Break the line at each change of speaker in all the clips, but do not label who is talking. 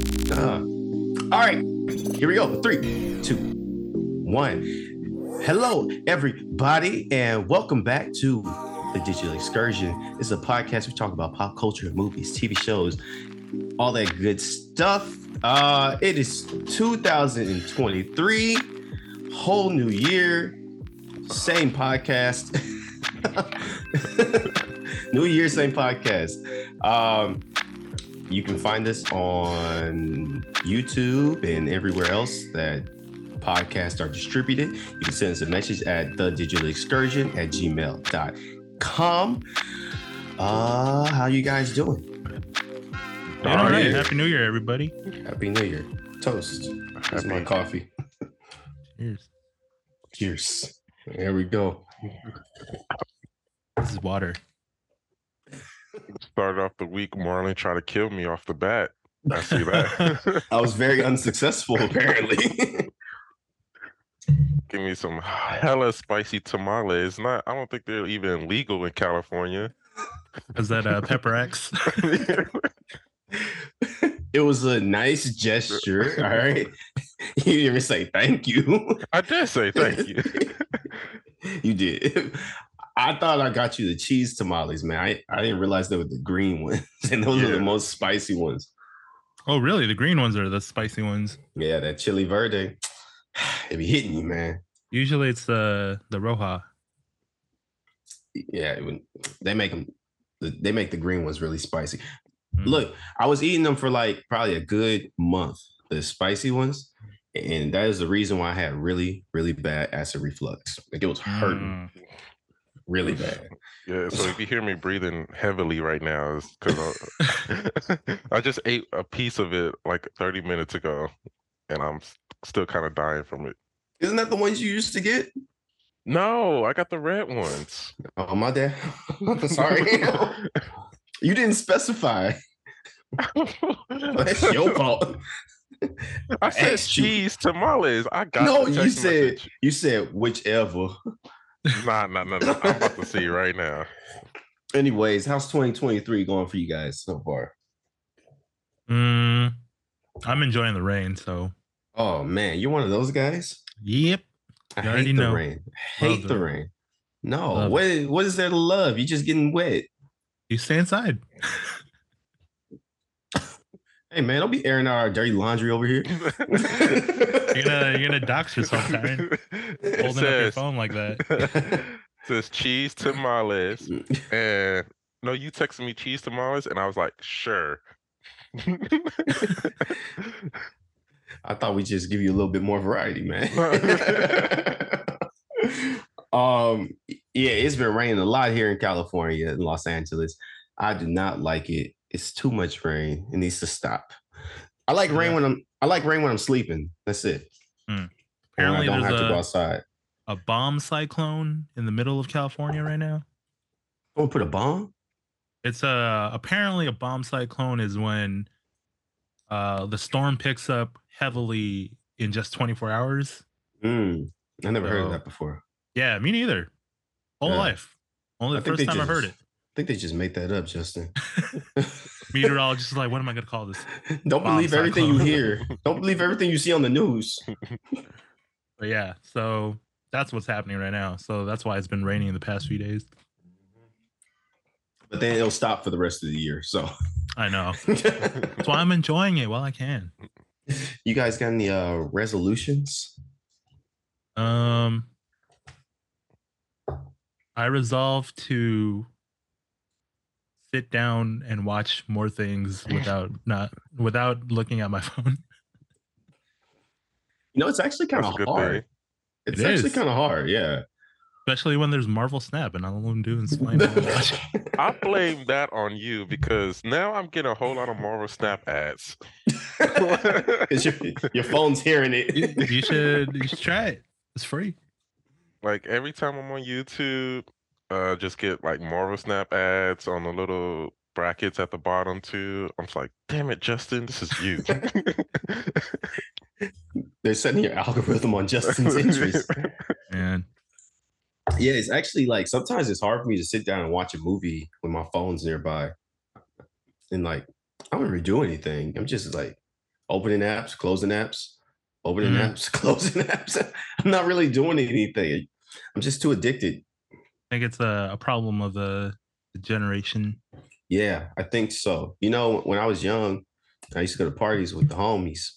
Duh. All right, here we go. Three, two, one. Hello, everybody, and welcome back to the Digital Excursion. It's a podcast we talk about pop culture, movies, TV shows, all that good stuff. Uh, it is 2023, whole new year, same podcast. new year, same podcast. Um, you can find us on YouTube and everywhere else that podcasts are distributed. You can send us a message at the digital excursion at gmail.com. Uh, how you guys doing?
All
Happy
right.
New Year.
Happy New Year, everybody.
Happy New Year. Toast. That's my coffee.
Cheers.
Cheers. There we go.
This is water.
Started off the week, Marlon tried to kill me off the bat. I see that.
I was very unsuccessful, apparently.
Give me some hella spicy tamales. Not, I don't think they're even legal in California.
Is that uh, Pepper X?
it was a nice gesture. All right. You didn't even say thank you.
I did say thank you.
you did. I thought I got you the cheese tamales, man. I, I didn't realize they were the green ones, and those are the
Yeah.
most spicy ones.
oh, really? The green ones are the spicy ones.
Yeah, that chili verde, it be hitting you, man.
Usually it's the the Roja.
Yeah, when they make them, they make the green ones really spicy.
Mm.
Look, I was eating them for like probably a good month, the spicy ones, and that is the reason why I had really, really bad acid reflux. Like it was hurting
Mm.
really bad.
Yeah, so if you hear me breathing heavily right now, it's because I, I just ate a piece of it like 30 minutes ago, and I'm s- still kind of dying from it.
Isn't that the ones you used to get?
No, I got the red ones.
Oh my dad. Sorry. you didn't specify. That's your fault.
I said
asked you.
cheese tamales. I got
no,
the
you
text
said
message.
you said whichever.
Nah, nah, nah, nah. I'm about to see right now.
Anyways, how's 2023 going for you guys so far?
Mm. I'm enjoying the rain, so
Oh man, you're one of those guys.
yep.
I
You
hate
already
the
know.
rain. Hate
Love
the
it.
rain. No,
Love it.
what what is there to love? You're just getting wet.
You stay inside.
Hey man, don't be airing out our dirty laundry over here.
You're gonna you're gonna dox yourself, Tyron.
It
Holding up your
says,
phone like
"Oh,
that.
says cheese tamales. And no, you texted me cheese tamales, and I was like, sure.
I thought we'd just give you a little bit more variety, man. um, yeah, it's been raining a lot here in California, in Los Angeles. I do not like it. It's too much rain. It needs to stop. I like rain
Yeah.
when I'm I like rain when I'm sleeping. That's it.
Hmm.
Or when I
Apparently
don't
there's
have to go
a,
outside.
a bomb cyclone in the middle of California right now.
I'm gonna Oh, put a bomb.
It's uh apparently a bomb cyclone is when uh the storm picks up heavily in just 24 hours.
Mm, I never heard of
No.
that before.
Yeah, me neither. Whole
Yeah.
life. Only
I
the
think
first
they
time I've heard it.
just- I think they just made that up, Justin.
Meteorologist is like, what am I gonna call this?
Don't
Bomb
believe everything you
cyclone.
hear. Don't believe everything you see on the news.
But yeah, so that's what's happening right now. So that's why it's been raining the past few days.
But then it'll stop for the rest of the year. So
I know. That's why I'm enjoying it while I can.
you guys got any uh resolutions?
Um I resolve to sit down and watch more things without not without looking at my phone.
You know, it's actually kind
That's
of
a good
hard.
thing.
It's
It
actually
is.
kind of hard, yeah.
Especially when there's Marvel Snap and all I'm doing is playing Marvel Snap.
I blame that on you because now I'm getting a whole lot of Marvel Snap ads.
'Cause your, your phone's hearing
you,
it.
you should you should try it. It's free.
like every time I'm on YouTube, uh, just get like Marvel Snap ads on the little brackets at the bottom too. I'm just like, damn it, Justin, this is you.
They're setting your algorithm on Justin's interest.
And
Yeah, it's actually like sometimes it's hard for me to sit down and watch a movie when my phone's nearby. And like, I don't really do anything. I'm just like, opening apps, closing apps, opening
Mhm.
apps, closing apps. I'm not really doing anything. I'm just too addicted.
think it's a, a problem of the, the generation.
Yeah, I think so. You know, when I was young, I used to go to parties with the homies.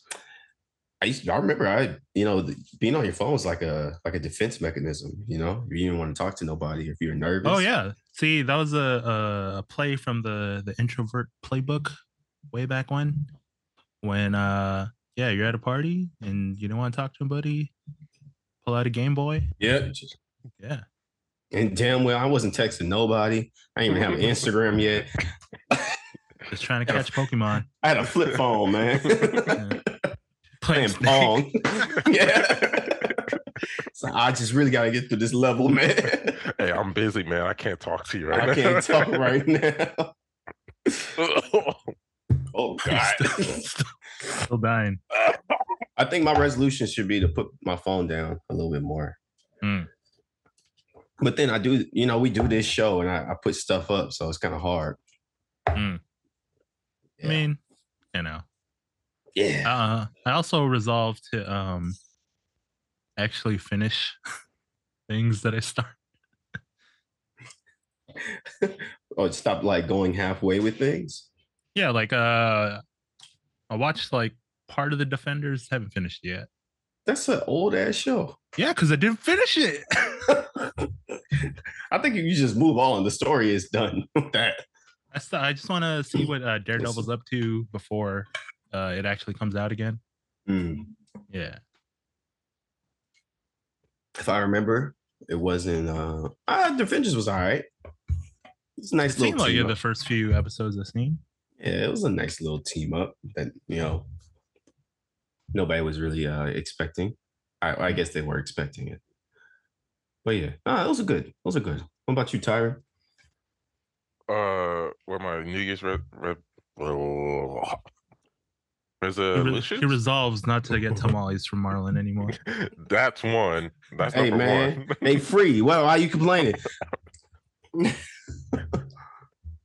I used I remember I, you know, the, being on your phone was like a like a defense mechanism, you know. You didn't want to talk to nobody if you're nervous.
Oh yeah, see that was a, a a play from the the introvert playbook way back when. When uh yeah, you're at a party and you don't want to talk to anybody, pull out a Game Boy.
Yeah.
Yeah,
And damn well, I wasn't texting nobody. I didn't even have an Instagram yet.
just trying to
Yeah.
catch Pokemon.
I had a flip phone, man.
Yeah.
Playing
Snake.
Pong. yeah. So I just really gotta get through this level, man.
hey, I'm busy, man. I can't talk to you right now.
I can't talk right now. Oh God.
Still dying.
I think my resolution should be to put my phone down a little bit more.
Mm.
But then I do, you know, we do this show and I, I put stuff up, so it's kind of hard.
Mm.
Yeah.
I mean, you know.
yeah.
Uh, I also resolved to um actually finish things that I start.
Oh, stop like going halfway with things.
Yeah, like uh, I watched like part of the Defenders. Haven't finished yet.
That's an old ass show.
Yeah, because I didn't finish it.
I think if you just move on, the story is done. with that
I, st- I just want to see what uh, Daredevil's up to before uh, it actually comes out again. Hmm.
Mm.
Yeah.
if I remember, it wasn't. Uh, ah, the Avengers was all right. It's a nice
It
little.
seemed like
team
in the
up.
first few episodes I've seen.
Yeah, it was a nice little team up that you know nobody was really uh expecting. I, I guess they were expecting it, but yeah, ah, those are good. Those are good. What about you, Tyron?
uh, where my New Year's re- re-
Uh,
He, re- he
resolution?
resolves not to get tamales from Marlin anymore.
That's one. That's
Hey,
number
man.
one.
They free. Well, why you complaining?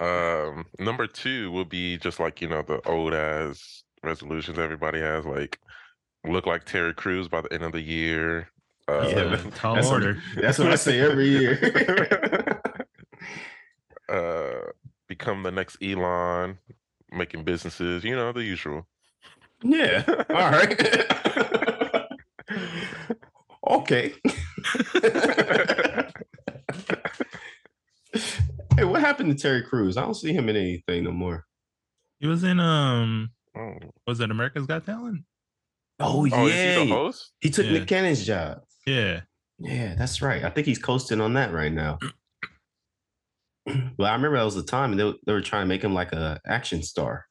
Um, number two will be just like you know the old ass resolutions everybody has, like look like Terry Crews by the end of the year. Uh,
Yeah,
Uh,
man.
tall
That's what-
order.
That's what I say every year.
uh, become the next Elon, making businesses, you know the usual.
yeah. All right. okay. hey, what happened to Terry Crews? I don't see him in anything no more.
He was in um
Oh,
was it America's Got Talent?
Oh,
oh, is he the
yeah. He,
host?
took
Yeah.
Nick Cannon's job.
Yeah.
Yeah, that's right. I think he's coasting on that right now. well, I remember that was the time and they, were- they were trying to make him like a action star.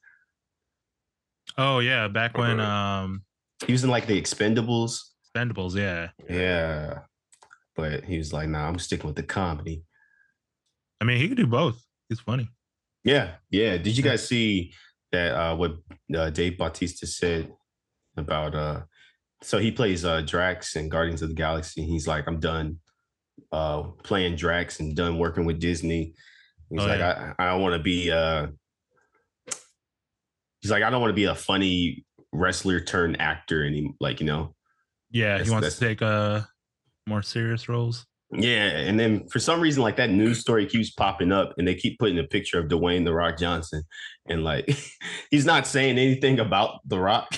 Oh yeah, back when
Uh-huh.
um
He was in like the Expendables.
Expendables, yeah.
Yeah. But he was like, nah, I'm sticking with the comedy.
I mean, he could do both. He's funny.
Yeah. Yeah. Did you
Yeah.
guys see that uh what uh, Dave Bautista said about uh so he plays uh Drax in Guardians of the Galaxy. He's like, I'm done uh playing Drax and done working with Disney. He's
Oh,
like, I, I don't want to be uh he's like, I don't want to be a funny wrestler turned actor any like, you know.
Yeah,
That's-
he wants
that's-
to take uh more serious roles.
Yeah, and then for some reason, like that news story keeps popping up, and they keep putting a picture of Dwayne the Rock Johnson, and like he's not saying anything about the Rock,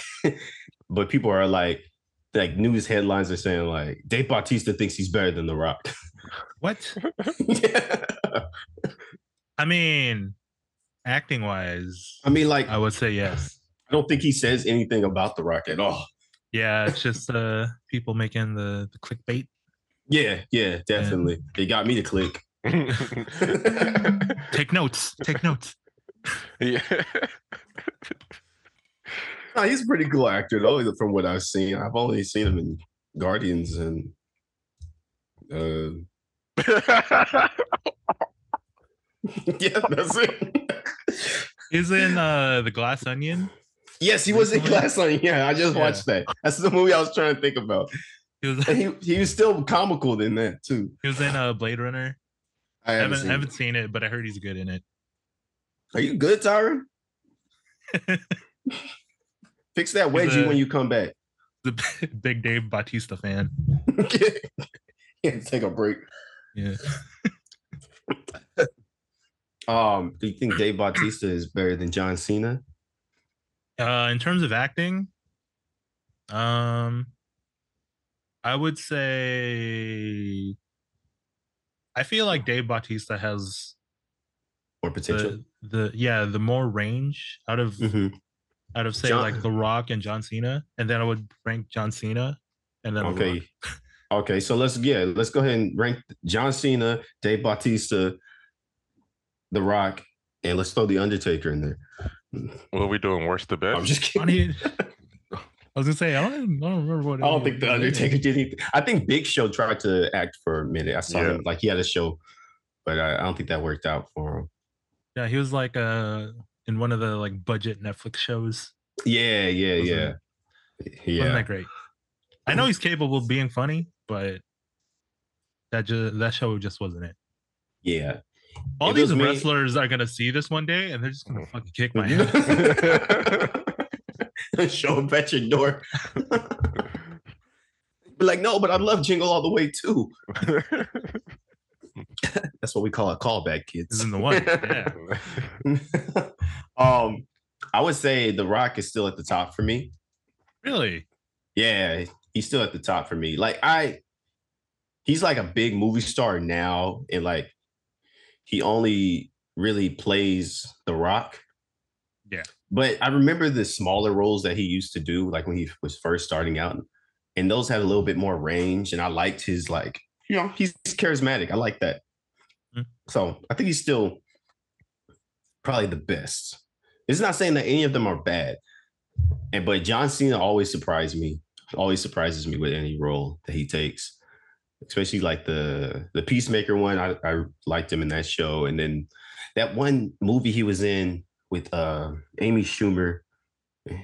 but people are like, like news headlines are saying like Dave Bautista thinks he's better than the Rock.
What?
yeah.
I mean, acting wise,
I mean, like
I
I
would say yes.
don't think he says anything about the Rock at all.
Yeah, it's just uh people making the, the clickbait.
Yeah, yeah, definitely. It got me to click.
Take notes. Take notes.
yeah.
Nah, he's a pretty cool actor though, from what I've seen. I've only seen him in Guardians and uh yeah, that's it.
He's in uh the Glass Onion.
yes, he was in
Recently?
class on. Yeah, I just
Yeah.
watched that. That's the movie I was trying to think about.
He was
And he he was still comical in that too.
he was in uh Blade Runner.
I
I
haven't,
haven't
seen
I haven't
it.
seen it, but I heard he's good in it.
Are you good, Tyron? Fix that wedgie
a-
when you come back.
The big Dave Bautista fan.
yeah, take a break.
Yeah.
Um, do you think Dave Bautista is better than John Cena?
Uh, in terms of acting, um, I would say I feel like Dave Bautista has
Or potential?
the, the yeah the more range out of
Mhm.
out of say
John-
like The Rock and John Cena, and then I would rank John Cena, and then The
Okay.
Rock.
Okay, so let's yeah, let's go ahead and rank John Cena, Dave Bautista, The Rock, and let's throw the Undertaker in there.
What are we doing? Worst to
I'm
best?
just kidding.
I, don't even- I was gonna say I don't, even- I don't remember what.
I don't think the
it is.
Undertaker did anything. I think Big Show tried to act for a minute. I saw
Yeah.
him like he had a show, but I, I don't think that worked out for him.
Yeah, he was like uh in one of the like budget Netflix shows.
Yeah, yeah,
Wasn't-
yeah,
Wasn't
yeah.
that great? I know he's capable of being funny, but that just that show just wasn't it.
Yeah.
All
It
these
was me- Mm-hmm.
wrestlers are gonna see this one day and they're just gonna
Mhm.
fucking kick my ass.
Show up at your door. Be like, no, but I love Jingle All the Way too. That's what we call a callback,
This
kids.
isn't the one. Yeah.
Mm-hmm. um, I would say The Rock is still at the top for me.
Really?
Yeah, he's still at the top for me. Like I, he's like a big movie star now, and like he only really plays The Rock.
Yeah.
But I remember the smaller roles that he used to do, like when he was first starting out, and those had a little bit more range. And I liked his like, you know, he's charismatic. I like that.
Mm.
So I think he's still probably the best. It's not saying that any of them are bad, and but John Cena always surprised me. Always surprises me with any role that he takes, especially like the the Peacemaker one. I, I liked him in that show, and then that one movie he was in with uh Amy Schumer. Do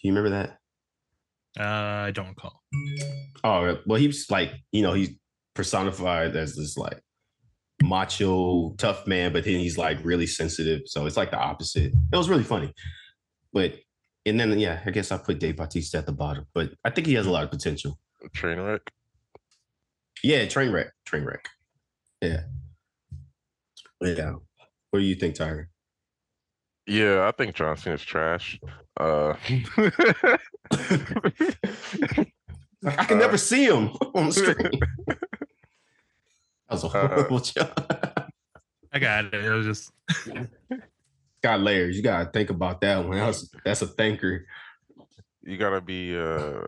you remember that?
Uh, I don't recall.
Oh well, he was like you know he's personified as this like macho tough man, but then he's like really sensitive. So it's like the opposite. It was really funny, but and then yeah, I guess I put Dave Bautista at the bottom, but I think he has a lot of potential.
Train wreck.
Yeah, train wreck, train wreck. Yeah, yeah. What do you think, Tyron?
Yeah, I think John Cena's trash. Uh,
Like, I can
Uh,
never see him on the screen. that was a
Uh,
horrible job.
I got it. It was just
Got layers. You gotta think about that one. That's that's a thinker.
you gotta be uh,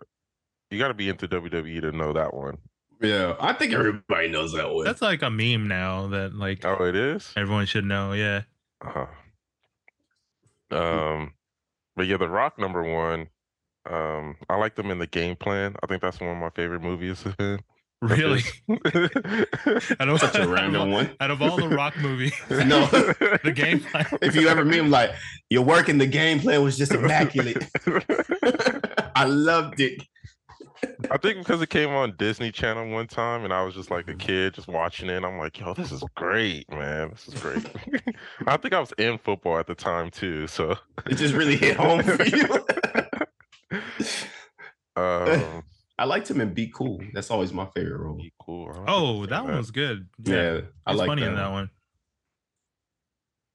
you gotta be into WWE to know that one.
Yeah, I think everybody knows that one.
that's like a meme now that like
Oh, it is.
everyone should know. Yeah.
Uh-huh. Um, but yeah, The Rock number one. Um, I like them in the game plan. I think that's one of my favorite movies of him.
Really? I don't
Such a random one.
Out of all the rock movies,
No.
the game plan.
If you ever meet him, like your work in the game plan was just immaculate. I loved it.
I think because it came on Disney Channel one time, and I was just
Mm-hmm.
like a kid, just watching it. And I'm like, yo, this is great, man. This is great. I think I was in football at the time too, so.
It just really hit home for you.
Um,
I liked him in Be Cool. That's always my favorite role.
be cool. I don't think I've
Oh,
seen
that one was good.
Yeah, I
He's
like
funny
that.
in that
one.
one.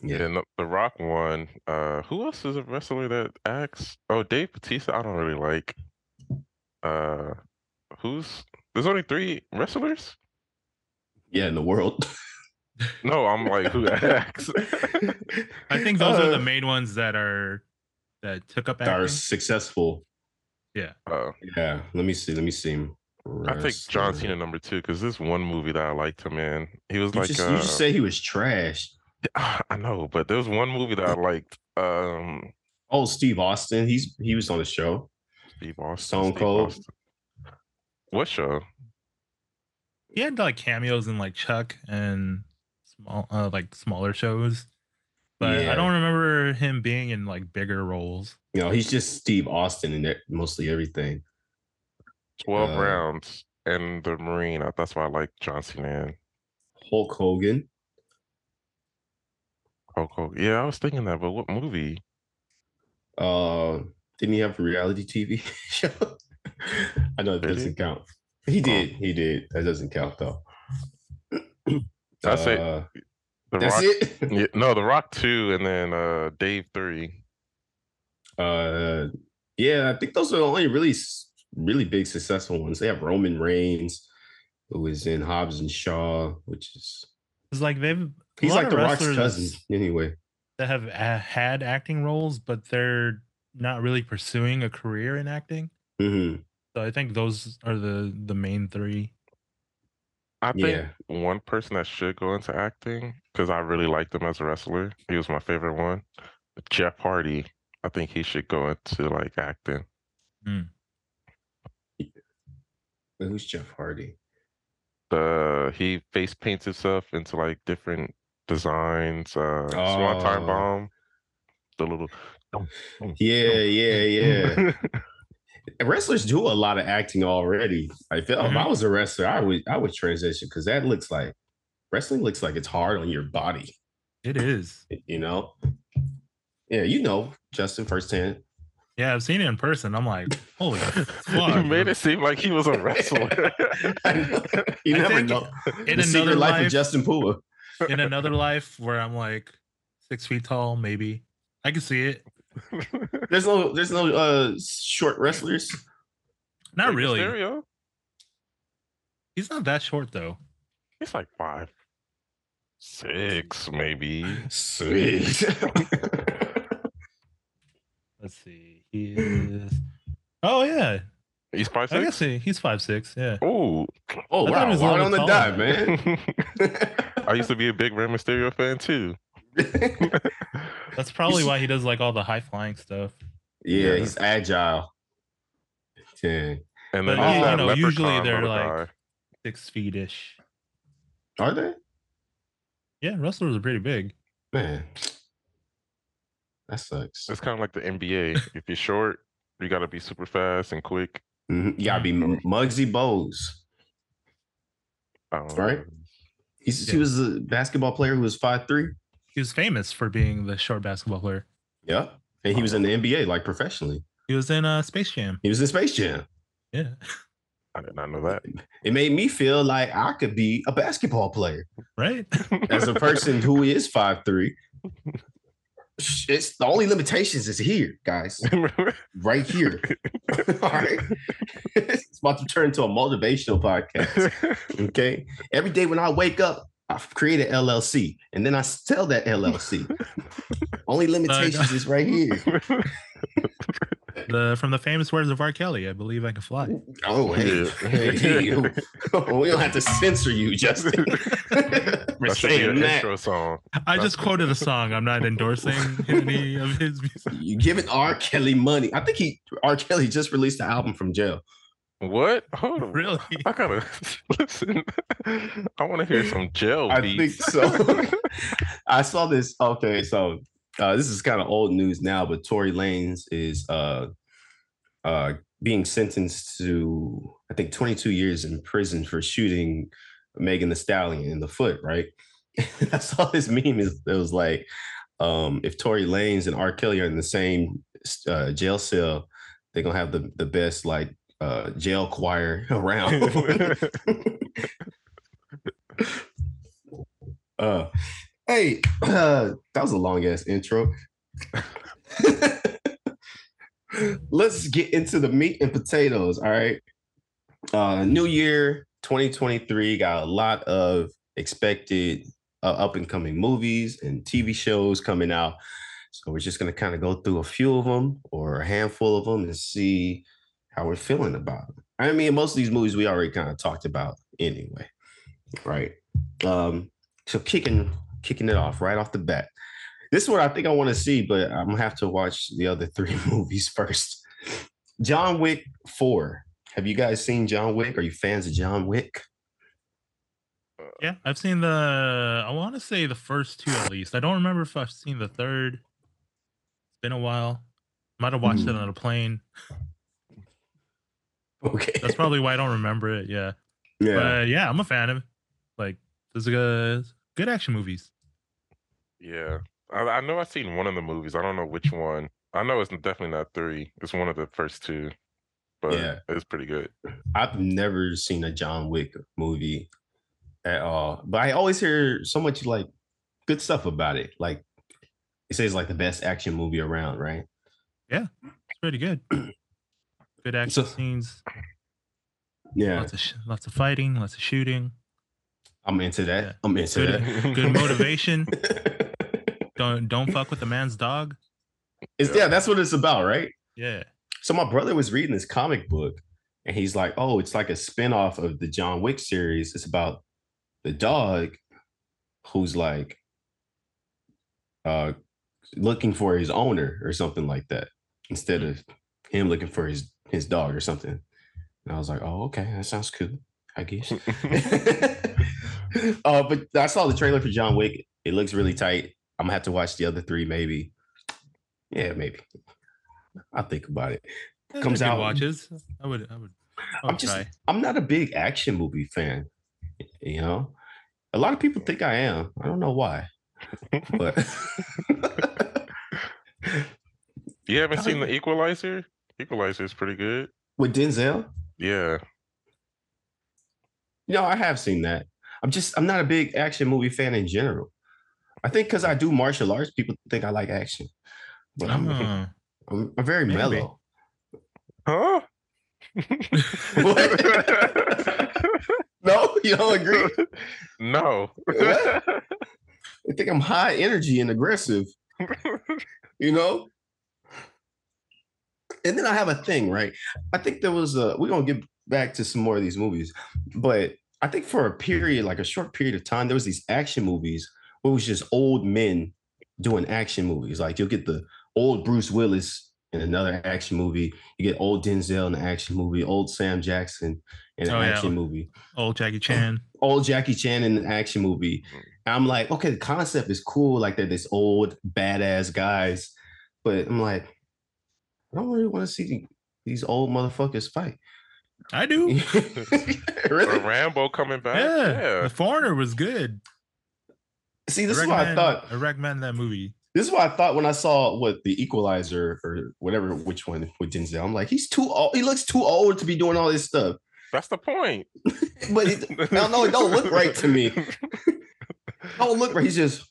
Yeah.
Yeah, no, The Rock one. Uh, who else is a wrestler that acts? Oh, Dave Batista. I don't really like. Uh, who's? There's only three wrestlers.
Yeah, in the world.
No, I'm like who acts.
I think those are
Uh,
the main ones that are that took up
that are
acting.
successful.
Uh,
Yeah, let me see. Let me see.
I think John
Wrestler.
Cena number two because this one movie that I liked him in. He was
You,
like,
just,
uh,
you just say he was trash.
I know, but there was one movie that I liked. Um,
Oh, Steve Austin. He's he was on the show.
Steve Austin.
Stone
Steve
Cold.
Austin. What show?
He had like cameos in like Chuck and small uh, like smaller shows, but
Yeah.
I don't remember him being in like bigger roles.
You know, he's just Steve Austin in that- mostly everything.
Twelve
Uh,
Rounds and the Marine. I- That's why I like John Cena. in.
Hulk Hogan.
Hulk Hogan. Yeah, I was thinking that, but what movie?
Uh, Didn't he have a reality TV show? I know it
Did he? Oh.
doesn't count. He did. He did. That doesn't count though.
That's it.
Uh,
The
That's
Rock,
it.
Yeah, no, The Rock two, and then uh Dave three.
Uh, yeah, I think those are the only really, s- really big successful ones. They have Roman Reigns, who is in Hobbs and Shaw, which is
It's like they've a
he's
lot
like
of
The Rock's
wrestlers
cousin anyway.
that have a- had acting roles, but they're not really pursuing a career in acting.
hmm
So I think those are the the main three.
I think
Yeah.
one person that should go into acting because I really liked him as a wrestler. He was my favorite one. Jeff Hardy. I think he should go into like acting.
Wait, Who's Jeff Hardy?
The he face paints himself into like different designs. Uh, Swan
Oh.
Time Bomb. The little
Yeah, yeah, yeah. wrestlers do a lot of acting already. Like, If, if I
Mhm.
was a wrestler, I would I would transition because that looks like wrestling looks like it's hard on your body.
It is.
You know. Yeah, you know, Justin firsthand.
Yeah, I've seen it in person. I'm like, holy fuck.
you made it seem like he was a wrestler.
I know. you
I
never
think
know.
in
the secret
another
life, of
life-
Justin Pua.
in another life where I'm like six feet tall, maybe. I can see it.
There's no there's no uh short wrestlers.
Not
Rey
really.
Mysterio?
He's not that short though.
He's like five, six, maybe.
Sweet.
Let's see. He is. Oh yeah,
He's five,
I guess
six.
he, he's five six. Yeah.
Oh,
oh
I thought he
wow,
was a
wow
little
on the
taller.
dive, man.
I used to be a big Rey Mysterio fan too.
That's probably
should-
why he does like all the high flying stuff.
yeah,
Yeah.
he's agile. Dang.
And
you-
then
But
there's
you
that
know, usually
leprechaun
they're
little
like-
guy.
Six feet ish.
Are they?
Yeah, wrestlers are pretty big.
Man, that sucks.
It's kind of like the NBA. if you're short, you gotta be super fast and quick.
Mhm. You gotta be M- Muggsy Bowes.
I don't
Right?
know.
He's, He
Yeah.
was a basketball player who was five three.
He was famous for being the short basketball player.
Yeah, and he was in the NBA like professionally.
He was in uh, Space Jam.
He was in Space Jam.
Yeah.
I did not know that.
It made me feel like I could be a basketball player
Right.
as a person who is five three. It's the only limitations is here, guys. Right here. All right. it's about to turn into a motivational podcast. Okay. Every day when I wake up, I create an LLC and then I sell that LLC. Only limitations is right here.
The from the famous words of R. Kelly, I believe I can fly.
Oh, hey.
Yeah.
hey, you- we don't have to censor you, Justin. We're
that should be
saying
an
that.
intro song.
I just quoted a song. I'm not endorsing any of his music.
You giving R. Kelly money. I think he R. Kelly just released an album from jail.
What? Hold on.
Really?
I gotta listen. I want to hear some gel
I think
beats.
so. I saw this. Okay, so uh, this is kind of old news now, but Tory Lanez is uh, uh, being sentenced to I think 22 years in prison for shooting Megan the Stallion in the foot. Right? I saw this meme. It it was like um, if Tory Lanez and R. Kelly are in the same uh, jail cell, they're gonna have the the best like uh, jail choir around. Uh, hey, uh, that was a long ass intro. Let's get into the meat and potatoes. All right. Uh, new year 2023 got a lot of expected uh, up and coming movies and TV shows coming out. So we're just going to kind of go through a few of them or a handful of them and see how we're feeling about them. I mean, most of these movies we already kind of talked about anyway. Right. Um, so kicking kicking it off right off the bat. This is what I think I want to see, but I'm gonna have to watch the other three movies first. John Wick Four. Have you guys seen John Wick? Are you fans of John Wick?
Yeah, I've seen the. I want to say the first two at least. I don't remember if I've seen the third. It's been a while. Might have
Hmm.
watched it on a plane.
Okay,
That's probably why I don't remember it. Yeah,
yeah.
but yeah, I'm a fan of. Like, this is good. Good action movies.
yeah, I, I know I've seen one of the movies. I don't know which one. I know it's definitely not three. It's one of the first two, but
Yeah.
it's pretty good.
I've never seen a John Wick movie at all, but I always hear so much like good stuff about it. Like it says, like the best action movie around, right?
It's pretty good. Good
So-
action scenes.
Yeah,
Lots of sh- lots of fighting. Lots of shooting.
I'm into that.
Yeah.
I'm into
Good-
that.
Good motivation. don't don't fuck with the man's dog.
It's, yeah, that's what it's about, right?
Yeah.
So my brother was reading this comic book and he's like, "Oh, it's like a spin-off of the John Wick series. It's about the dog who's like uh looking for his owner or something like that instead of him looking for his his dog or something." And I was like, "Oh, okay. That sounds cool. I guess." uh but I saw the trailer for John Wick. It looks really tight. I'm going to have to watch the other 3 maybe. Yeah, maybe. I'll think about it.
Those are
Comes
good
out-
watches. I would I would. I would
I'm just
try.
I'm not a big action movie fan. You know, a lot of people think I am. I don't know why, but
You haven't seen the Equalizer? Equalizer is pretty good.
with Denzel,
Yeah,
no, I have seen that. I'm just I'm not a big action movie fan in general. I think because I do martial arts, people think I like action, but I'm
Uh,
I'm, I'm very
maybe.
mellow.
huh?
No, you don't agree.
no.
What? I think I'm high energy and aggressive. you know? And then I have a thing, right? I think there was a we're gonna get back to some more of these movies, but I think for a period, like a short period of time, there was these action movies where it was just old men doing action movies. Like you'll get the old Bruce Willis in another action movie, you get old Denzel in an action movie, old Sam Jackson in an
Oh, yeah.
action movie
old Jackie Chan.
old Jackie Chan in an action movie. And I'm like, okay, the concept is cool. Like they're this old badass guys, but I'm like, I don't really want to see the- these old motherfuckers fight.
I do.
Or
really?
Rambo coming back?
Yeah,
Yeah.
The Foreigner was good.
See,
I
this is what I
recommend-
thought.
I recommend that movie.
This is what I thought when I saw what the Equalizer or whatever, which one with Denzel. I'm like, he's too old. He looks too old to be doing all this stuff.
That's the point.
But it, no, no, it don't look right to me. don't look right. He's just,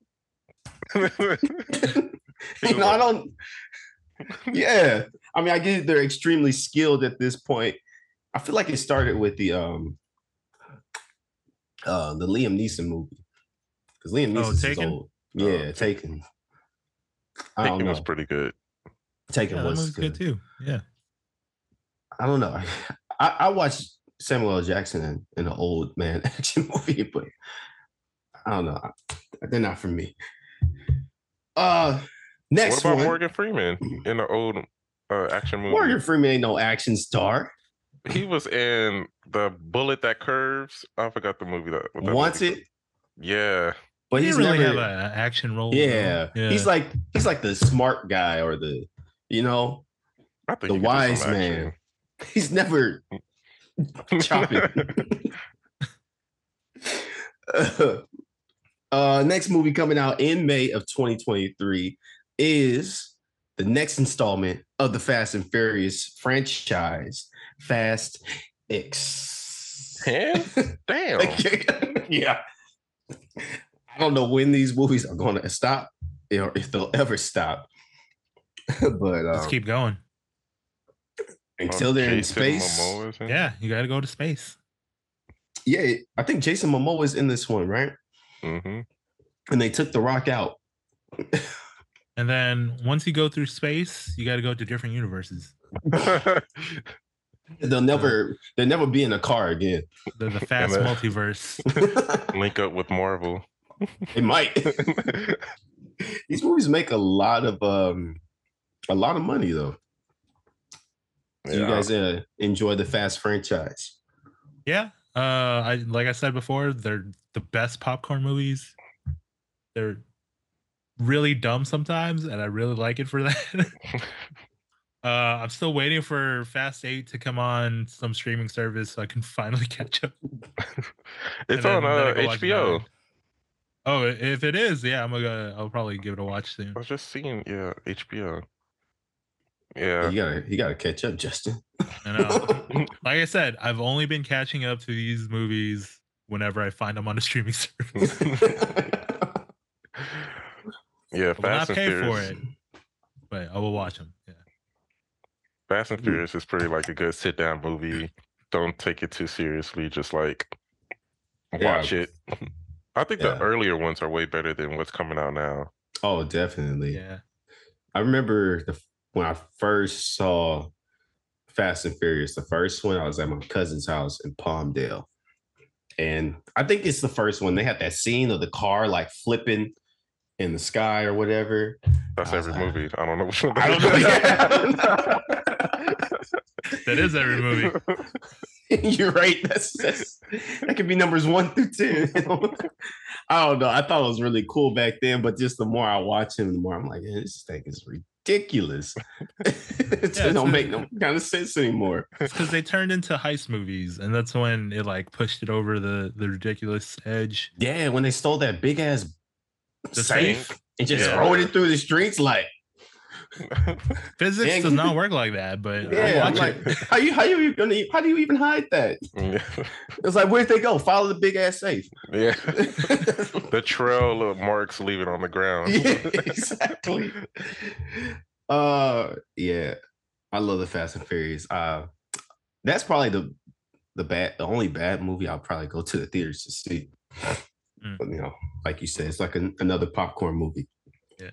you know, I don't. Yeah, I mean, I get it, they're extremely skilled at this point. I feel like it started with the um, uh, the Liam Neeson movie because Liam
Oh,
Neeson is
Taken?
old. Yeah,
Oh,
Taken. I don't
Taken
know.
was pretty good.
Taken
Yeah, that
was
movie's
good.
good too. Yeah.
I don't know. I, I watched Samuel L. Jackson in, in an old man action movie, but I don't know. They're not for me. Uh, next
what about
one.
Morgan Freeman in the old uh, action movie?
Morgan Freeman ain't no action star.
He was in the Bullet That Curves. I forgot the movie that. what that
Wants
movie-
it,
Yeah,
but
He
he's
didn't really
never.
have an action role. though.
yeah.
yeah.
he's like he's like the smart guy or the, you know,
I think
The
he could do some
Wise
action.
Man. he's never chopping. uh, next movie coming out in May of 2023 is the next installment of the Fast and Furious franchise, Fast X.
Ten? Damn.
yeah. I don't know when these movies are going to stop or if they'll ever stop. but
Let's
um,
keep going.
until they're in
Jason
space.
Momoa is in it?
Yeah, you got to go to space.
Yeah, I think Jason Momoa is in this one, right?
Mhm.
And they took The Rock out.
And then once you go through space, you got to go to different universes.
Mm-hmm.
They'll never they'll never be in a car again.
The, the fast
then-
multiverse.
they
Link up with Marvel.
might. These movies make a lot of um a lot of money though. Do you
Yeah.
guys uh, enjoy the Fast franchise?
Yeah. Uh, I like I said before, they're the best popcorn movies. They're really dumb sometimes, and I really like it for that. uh, I'm still waiting for Fast Eight to come on some streaming service so I can finally catch up.
It's
and
on
then- then I
uh,
can watch
HBO.
another. Oh, i- if it is, yeah, I'm gonna. I'll probably give it a watch soon.
I was just seeing, yeah, HBO.
You
Yeah,
gotta you gotta catch up, Justin.
I know. uh, Like I said, I've only been catching up to these movies whenever I find them on a streaming service.
yeah.
I will not
Fast and
pay
Furious.
for it, but I will watch them. Yeah.
Fast and
Mm.
Furious is pretty like a good sit down movie. Don't take it too seriously. Just like
Yeah.
watch it. I think
Yeah.
the earlier ones are way better than what's coming out now.
oh, definitely.
Yeah.
I remember the when I first saw Fast and Furious, the first one, I was at my cousin's house in Palmdale. And I think it's the first one. They had that scene of the car like flipping in the sky or whatever.
That's
I was
every
like-
movie. I don't know which one.
I
that
don't know.
is.
Yeah, I don't
That is every movie.
You're right. That's, that's that could be numbers one through ten. I don't know. I thought it was really cool back then, but just the more I watch him, the more I'm like, "Yeah, this thing is ridiculous. it
Yeah,
don't
it's
make
a-
no kind of sense anymore.
It's because they turned into heist movies, and that's when it like pushed it over the the ridiculous edge.
Yeah, when they stole that big ass
The
safe
safe?
and just
Yeah.
rolled it through the streets, like,
Physics
Yeah,
does
you-
not work like that, but I'll
yeah, I'm
watch it.
like, how you how you even how do you even hide that? It's like, where'd they go? Follow the big ass safe.
yeah, the trail of marks leaving on the ground.
yeah, exactly. Uh, yeah, I love the Fast and Furious. Uh, that's probably the the bad, the only bad movie I'll probably go to the theaters to see.
Mm.
But, you know, like you said, it's like an, another popcorn movie.
Yeah.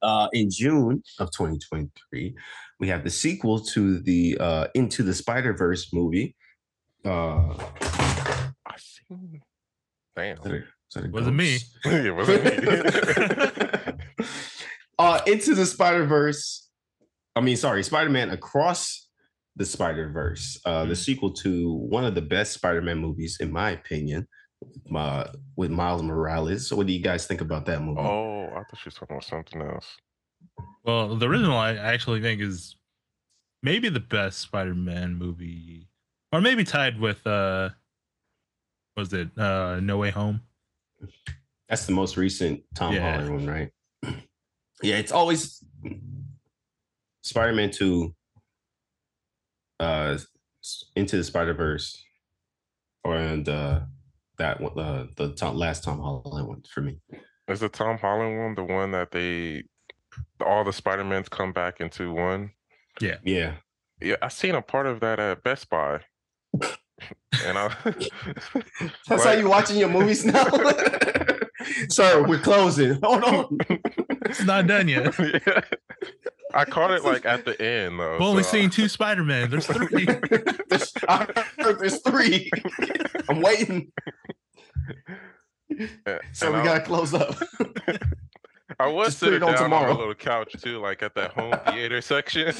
Uh, in June of 2023, we have the sequel to the uh, Into the Spider Verse movie. Uh,
I seen. Damn.
is that a- is that a
Wasn't me.
ghost?
it wasn't me.
uh into the spider-verse i mean sorry spider-man across the spider-verse uh the
Mhm.
sequel to one of the best spider-man movies in my opinion my, with miles morales so what do you guys think about that movie
oh, I thought she was talking about something else.
Well, the original I actually think is maybe the best Spider-Man movie, or maybe tied with uh, was it uh, No Way Home?
that's the most recent tom
Yeah.
holland one right yeah it's always spider-man 2 uh s- into the spider-verse or and uh that one uh, the Tom, last tom holland one for me
Is the Tom Holland one the one that they all the Spider Mans come back into one?
yeah
Yeah, I seen a part of that at Best Buy. and I
That's
Right.
how you watching your movies now. Sir, we're closing. Hold on.
It's not done yet.
Yeah. I caught it like at the end though.
We've only
so I-
seen two Spider-Man. There's three.
There's, I heard there's three. I'm waiting,
Yeah,
so
and
we
I-
gotta close up.
I was
Just put it
sitting
on
down on
tomorrow.
a little couch too, like at that home theater section.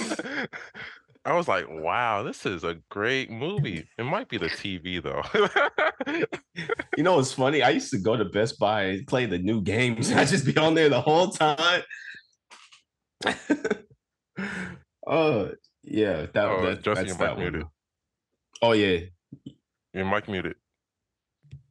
I was like, "Wow, this is a great movie." It might be the TV though.
Oh, You know, it's funny. I used to go to Best Buy and play the new games. I just be on there the whole time. oh yeah, that,
Oh,
that that's
Justin, your mic
that
muted.
one. Oh yeah,
Your mic muted.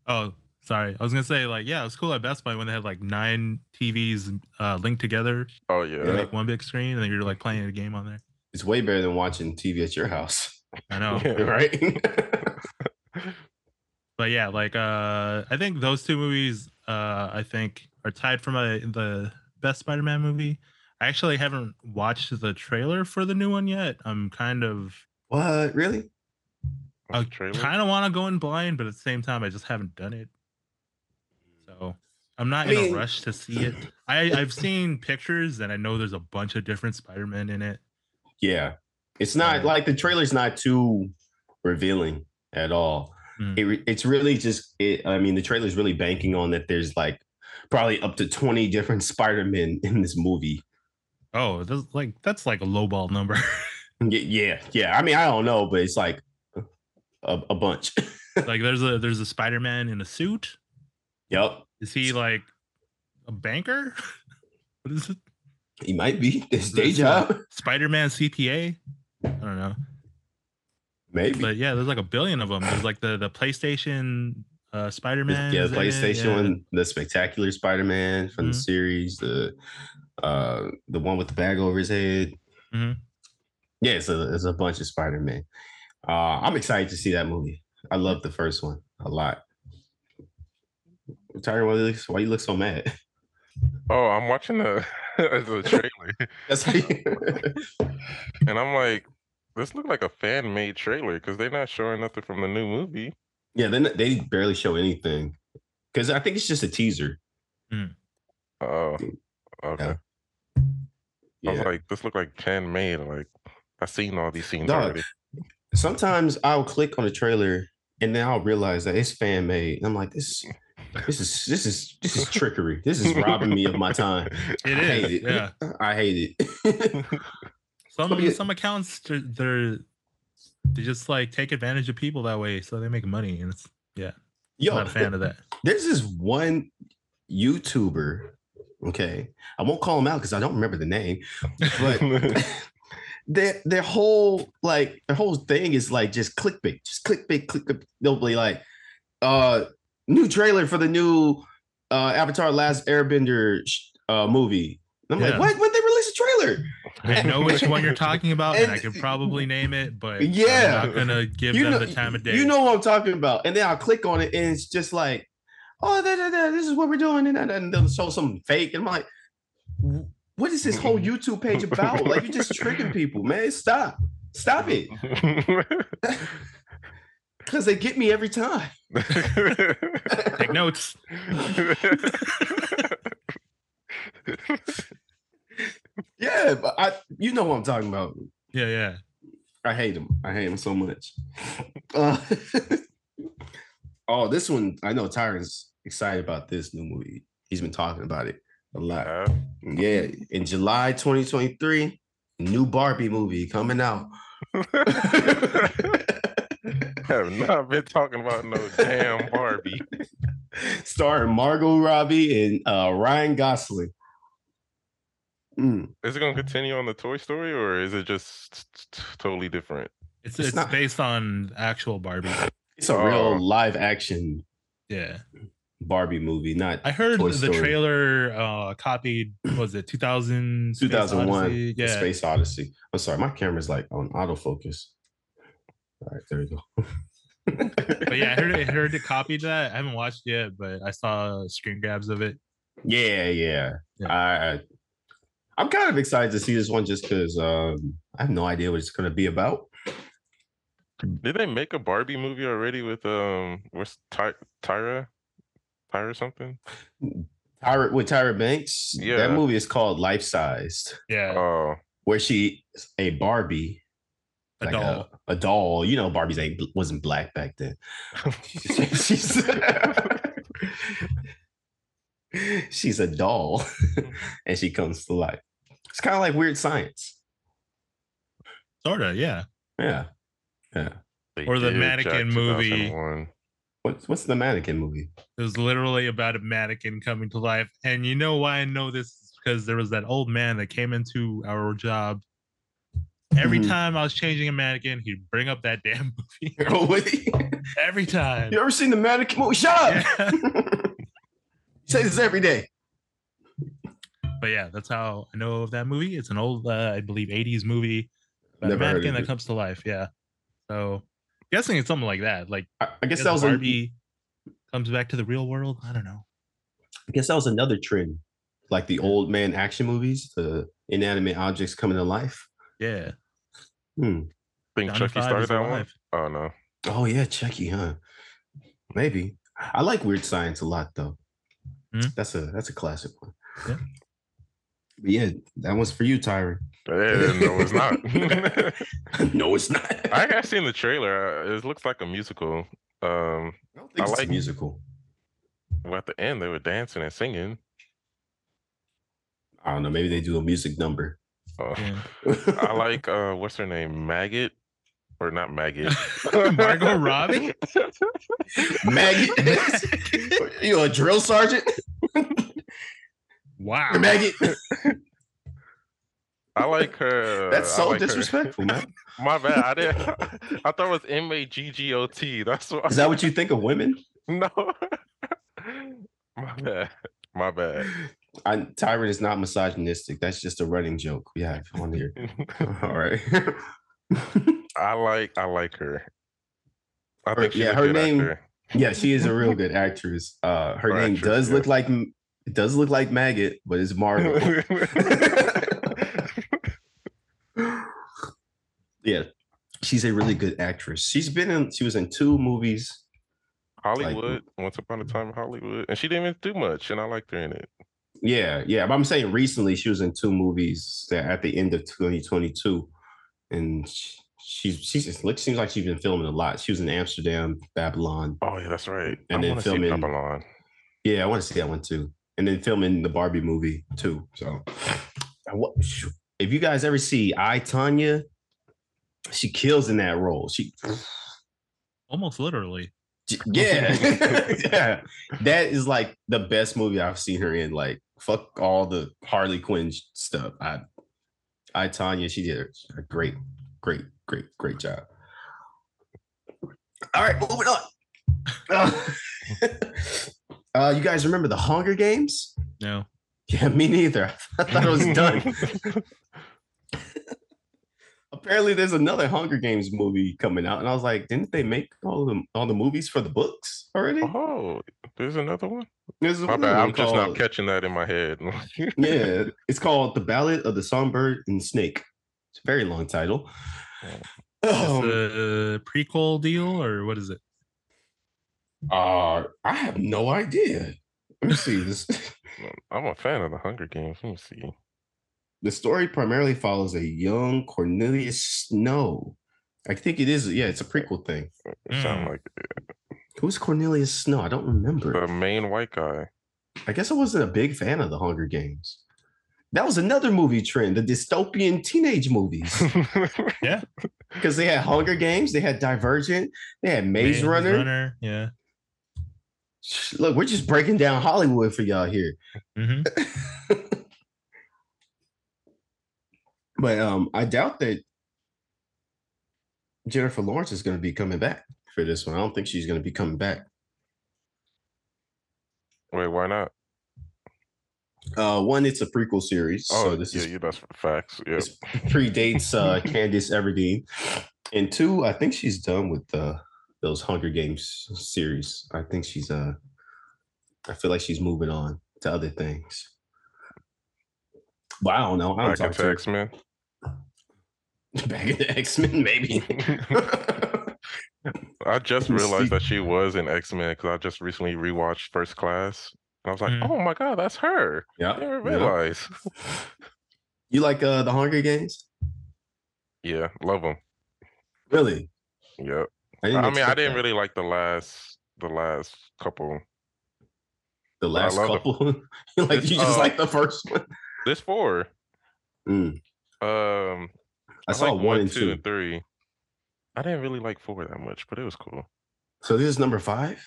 Oh, sorry. I was gonna say like yeah, it was cool at Best Buy when they had like nine TVs uh, linked together,
Oh
to
yeah.
Yeah.
make one big screen, and then you're like playing a game on there.
it's way better than watching TV at your house,
I know.
Yeah.
right?
but yeah like uh i think those two movies uh i think are tied for my the best spider-man movie i actually haven't watched the trailer for the new one yet i'm kind of
what really?
What's
I
the trailer?
Oh, kind of want to go in blind but at the same time i just haven't done it so i'm not
I
in
mean-
a rush to see it i i've seen pictures and i know there's a bunch of different spider-man in it
Yeah. It's not
Um,
like the trailer's not too revealing at all.
Mm.
It re- it's really just it I mean the trailer's really banking on that there's like probably up to 20 different Spider-Men in this movie.
oh that's like that's like a lowball number
Y- Yeah, yeah. I mean, I don't know, but it's like a, a bunch.
like there's a there's a spider-man in a suit
yep.
Is he like a banker? What is it?
He might be this day
That's not-
job.
Spider Man CPA? I don't know.
Maybe.
But yeah, there's like a billion of them. There's like the, the PlayStation Uh, Spider
The-
Man.
yeah, the PlayStation
yeah.
one, the Spectacular Spider-Man from the
Mhm.
series, the uh the one with the bag over his head.
Mhm.
Yeah, it's a it's a bunch of Spider-Man. Uh, I'm excited to see that movie. I love the first one a lot. Tyron, why you look, why you look so mad?
Oh, I'm watching the the trailer,
That's how you-
and I'm like, this look like a fan made trailer because they're not showing nothing from the new movie.
yeah. Then they barely show anything because I think it's just a teaser.
Oh, okay.
Yeah.
I was
Yeah.
like, this look like fan made. Like, I seen all these scenes
Dog.
already.
sometimes I'll click on a trailer and then I'll realize that it's fan made. And I'm like, this, this is this is this is trickery. This is robbing me of my time.
It
I
is.
hate it.
Yeah.
I hate it.
Some
Somebody-
some accounts ju- they're they just like take advantage of people that way, so they make money, and it's
Yo,
not a fan of that.
there's this one YouTuber. Okay, I won't call him out because I don't remember the name, but their their whole like their whole thing is like just clickbait, just clickbait, clickbait. They'll be like, uh, new trailer for the new uh Avatar: Last Airbender sh- uh movie. And I'm
Yeah.
like, what? When they release a trailer?
I know which one you're talking about, and, I
And-
could probably name it, but
Yeah.
I'm not gonna give
you
them
know,
the time of day.
you know what I'm talking about. And then I'll click on it, and it's just like, oh, da, da, da, this is what we're doing, and, da, da, and they'll show something fake. And I'm like, "Wh- what is this whole YouTube page about? like, you're just tricking people, man. Stop, stop it, because they get me every time.
take notes.
Yeah, but I, you know what I'm talking about.
Yeah, yeah.
I hate him. I hate him so much. Uh, oh, this one I know Tyron's excited about this new movie. He's been talking about it a lot.
Uh,
Yeah, in July 2023, new Barbie movie coming out.
Oh, have not been talking about no damn Barbie.
Starring Margot Robbie and uh, Ryan Gosling. Mm,
Is it going to continue on the Toy Story, or is it just t- t- totally different?
It's
It's
it's,
not-
based on actual Barbie.
It's a
Oh.
real live action
Yeah,
Barbie movie, not
I heard
Toy
the
Story.
trailer uh copied. what Was it 2000? Space
2001
Odyssey?
The
Yeah,
Space Odyssey. I'm sorry, my camera's like on autofocus. All right, there we go.
but yeah, I heard it, I heard it copied that. I haven't watched it yet, but I saw screen grabs of it.
Yeah, yeah.
Yeah.
I, I, I'm kind of excited to see this one just because um, I have no idea what it's going to be about.
Did they make a Barbie movie already with um, what's Ty- Tyra, Tyra something?
Tyra, with Tyra Banks, that
Yeah.
movie is called Life Sized,
Yeah,
Oh,
where she is a Barbie,
a
like
doll.
A, a doll. You know, Barbie's ain't wasn't black back then. she's, she's a doll and she comes to life. It's kind of like weird science.
Sorta, yeah.
Yeah. Yeah.
they
Or the
did Jack
mannequin movie.
2001.
What's what's the mannequin movie?
It was literally about a mannequin coming to life. And you know why I know this? Because there was that old man that came into our job. Every
Mhm.
time I was changing a mannequin, he'd bring up that damn movie.
Oh, wait.
Every time.
you ever seen the mannequin movie? Shut up.
Yeah.
Say this every day.
But yeah, that's how I know of that movie. It's an old, uh, I believe, 80s movie about a
Never heard of
mannequin that
it.
comes to life. Yeah. So guessing it's something like that. Like,
I, I guess
yeah,
that was a-
Barbie comes back to the real world. I don't know.
I guess that was another trend, like the old man action movies, the inanimate objects coming to life.
Yeah.
Hmm.
Think
Johnny
Chucky
Five
started
is
that one?
alive.
Oh no.
Oh yeah, Chucky, huh? Maybe. I like Weird Science a lot though.
Hmm?
That's a that's a classic one.
Yeah.
But yeah, that one's for you, Tyron.
Yeah, Uh, no, it's not.
no, it's not.
I have seen the trailer. uh, It looks like a musical. Um,
don't
I
it's a
like-
musical.
well, at the end they were dancing and singing.
I don't know. Maybe they do a music number.
Uh,
Yeah.
I like uh, what's her name, Maggot, or not Maggot,
Margot Robbie?
Maggie, you a drill sergeant?
Wow.
Uh,
Maggie,
I like her.
that's
I
so
like her.
disrespectful, man.
My bad. I didn't. I thought it was M A G G O T. That's what.
Is that what you think of women?
No. My bad. My bad.
I, Tyron is not misogynistic. That's just a running joke we have on here. All right.
I like I like her. I
Her-
think she's
yeah,
a
her
good
name-
actor.
yeah, she is a real good actress. Uh, her
Or
name
actress,
does
yeah.
look like m- it does look like maggot, but it's Marvel. yeah, she's a really good actress. She's been in. She was in two movies.
Hollywood, Once Upon a Time in Hollywood, and she didn't even do much, and I liked her in it.
Yeah, yeah. But I'm saying recently she was in two movies that at the end of 2022, and she she, she just looks seems like she's been filming a lot. She was in Amsterdam, Babylon.
Oh yeah, that's right.
And
I
then
want to see
filming-
Babylon.
Yeah, I want to see that one too. And then filming the Barbie movie too. So, I wa- if you guys ever see I Tanya, she kills in that role. She,
Almost literally.
j- yeah, yeah. That is like the best movie I've seen her in. Like, fuck all the Harley Quinn sh- stuff. I, I Tanya, she did a great, great, great, great job. All right, moving on. uh, you guys remember the Hunger Games?
No.
Yeah, me neither. I thought it was done. Apparently, there's another Hunger Games movie coming out, and I was like, didn't they make all the all the movies for the books already?
oh, there's another one.
There's
My
another one
bad. I'm just not
called-
catching that in my head.
yeah, it's called The Ballad of the Songbird and Snake. It's a very long title. Um,
it's a prequel deal or what is it?
uh, I have no idea. Let me see this.
I'm a fan of the Hunger Games. Let me see.
The story primarily follows a young Cornelius Snow. I think it is. Yeah, it's a prequel thing.
It
Mm.
sound like
Who's Cornelius Snow? I don't remember.
the main white guy.
I guess I wasn't a big fan of the Hunger Games. That was another movie trend, the dystopian teenage movies. Because they had Hunger Games, they had Divergent, they had Maze, Runner.
Yeah.
Shh, Look, we're just breaking down Hollywood for y'all here.
hmm
But um, I doubt that Jennifer Lawrence is going to be coming back for this one. I don't think she's going to be coming back.
Wait, why not?
Uh, one, it's a prequel series,
Oh,
so this
yeah,
is
yeah, that's facts. Yeah.
this predates uh, Candice Everdeen. And two, I think she's done with uh, those Hunger Games series. I think she's uh, I feel like she's moving on to other things. But I don't know. I don't
Back
talk
into
to
X Men.
her. back into X Men, maybe.
I just
Let me see.
realized that she was in X Men because I just recently rewatched First Class, and I was like,
Mm.
"Oh my god, that's her!" I
yeah.
didn't realize.
You like uh, the Hunger Games?
Yeah, love them.
Really?
Yep. I mean, I
expect
didn't
that.
really like the last, the last couple.
the last
love the-
couple. You like
It's,
you just
uh,
like the first one.
There's four.
Mm.
Um,
I, saw
like
one, and two.
and three. I didn't really like four that much, but it was cool.
So this is number five.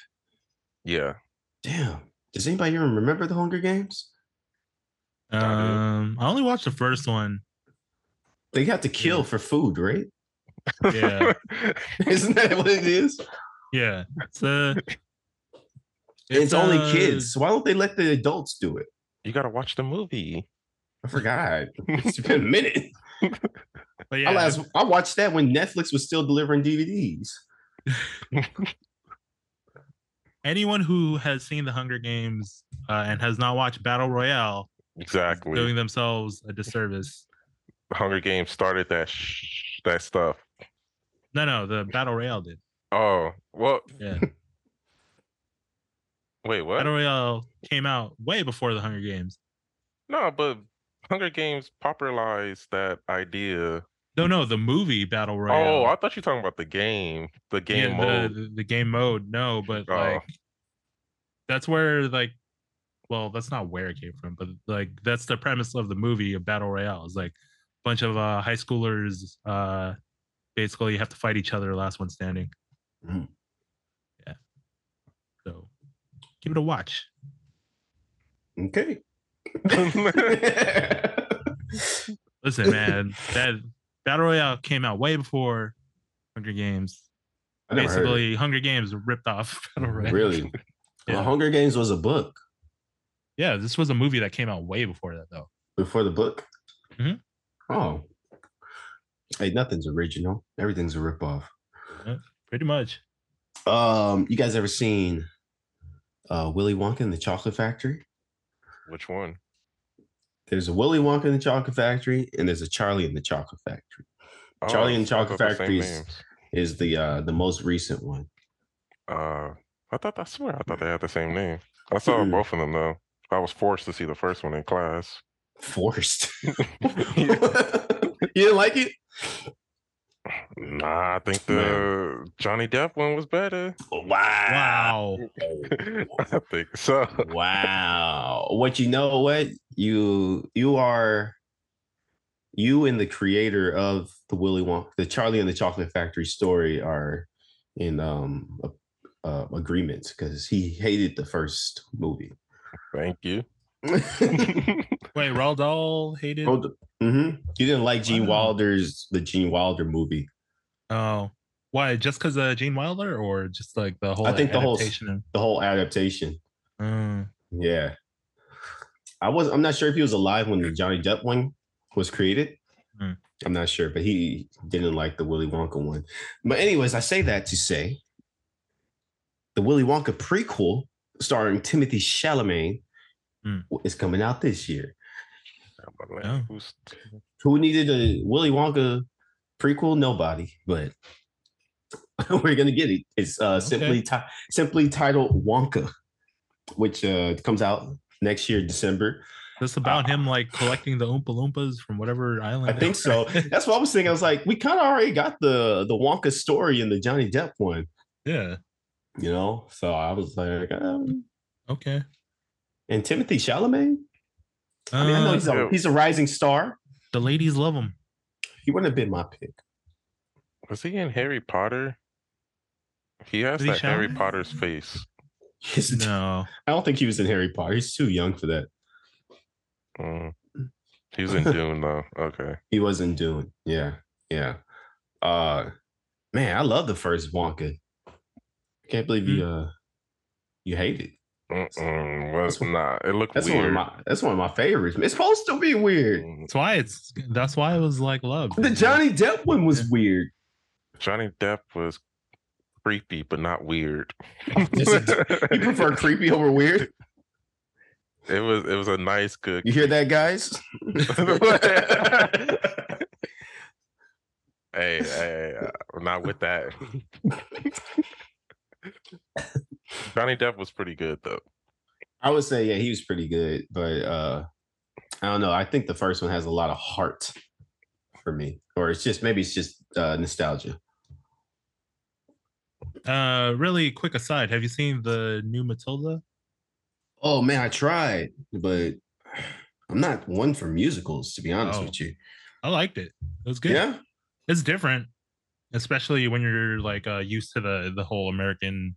Yeah,
Damn. Does anybody even remember the Hunger Games?
Um, I only watched the first one.
They have to kill
Yeah.
for food, right?
Yeah.
Isn't that what it is?
Yeah. It's uh
It's, only
uh,
kids. Why don't they let the adults do it?
you gotta watch the movie.
I forgot. It's been a minute.
But yeah,
I last I watched that when Netflix was still delivering DVDs.
anyone who has seen the Hunger Games uh, and has not watched Battle Royale is
Exactly.
doing themselves a disservice.
Hunger Games started that sh- that stuff.
No, no, the Battle Royale did.
Oh well.
Yeah.
Wait, what?
Battle Royale came out way before the Hunger Games.
No, but Hunger Games popularized that idea.
No, no, the movie Battle
Oh,
Royale.
I thought you were talking about the game, the game
um yeah, the-
mode.
The, the game mode. No, but
Oh.
like that's where like well, that's not where it came from, but like that's the premise of the movie of Battle Royale. It's like a bunch of uh, high schoolers uh basically have to fight each other last one standing.
Mm.
Yeah. So give it a watch.
Okay.
Oh.
Listen, man, that Battle Royale came out way before Hunger Games.
I never heard of it.
Basically, Hunger Games ripped off Battle Royale.
Really?
Yeah.
Well, Hunger Games was a book
Yeah, this was a movie that came out way before that though.
before the book.
Mhm.
Oh. Hey, nothing's original. Everything's a ripoff.
Pretty much.
Um, you guys ever seen uh Willy Wonka and the Chocolate Factory?
Which one?
There's a Willy Wonka and the Chocolate Factory, and there's a Charlie and the Chocolate Factory.
Oh,
Charlie and
I thought
Chocolate
they're the same
Factory's-
names.
Is the uh the most recent one.
Uh, I thought I swear I thought they had the same name. I saw
Mm.
both of them though. I was forced to see the first one in class.
Forced. you
Yeah.
didn't like it?
Nah, I think the Johnny Depp one was better.
Ah. Wow.
Wow.
I think so.
wow. What you know what? You you are you and the creator of the Willy Wonka, the Charlie and the Chocolate Factory story are in um a, uh, agreement because he hated the first movie.
Thank you.
Wait, Raul Dahl hated.
Oh, hmm You didn't like Gene
Wow.
Wilder's the Gene Wilder movie.
Oh, why? Just because uh, Gene Wilder, or just like the whole
I think the whole s-
adaptation?
The whole adaptation.
Mm,
Yeah. I was I'm not sure if he was alive when the Johnny Depp one was created.
Hmm.
I'm not sure, but he didn't like the Willy Wonka one. But anyways, I say that to say the Willy Wonka prequel starring Timothy Chalamet
Hmm.
is coming out this year.
I'm like,
Yeah.
who's-
Who needed a Willy Wonka prequel? Nobody, but we're gonna get it. It's uh, simply ti- simply titled Wonka, which uh, comes out next year, December.
That's about him like collecting the Oompa Loompas from whatever island.
I
they
think
were.
so. That's what I was thinking. I was like, we kind of already got the the Wonka story in the Johnny Depp one,
yeah.
you know. So I was like, um,
Okay.
and Timothy Chalamet.
Uh,
I mean, I know he's a
yeah.
he's a rising star.
the ladies love him.
He wouldn't have been my pick.
was he in Harry Potter? He has
Is he
that Harry
Chalamet?
Potter's face.
He's-
No.
I don't think he was in Harry Potter. He's too young for that.
Mm. He was in Dune though. Okay.
He wasn't doing. Yeah, yeah. Uh, man, I love the first Wonka. I can't believe
Hmm.
you uh you hate it.
Mm-mm, was
That's one-
not. It looked
That's one of
weird.
my that's one of my favorites. It's supposed to be weird.
Mm,
That's why it's. That's why it was like love.
The Johnny Depp one was
Yeah.
weird.
Johnny Depp was creepy, but not weird.
Yes, You prefer creepy over weird?
It was it was a nice good.
You hear that, guys?
hey, hey, uh, I'm not with that. Johnny Depp was pretty good though.
I would say, yeah, he was pretty good, but uh I don't know. I think the first one has a lot of heart for me, or it's just maybe it's just uh nostalgia.
Uh, really quick aside. Have you seen the new Matilda?
Oh man, I tried, but I'm not one for musicals to be honest
Oh,
with you.
I liked it. It was good.
Yeah,
it's different especially when you're like uh used to the the whole american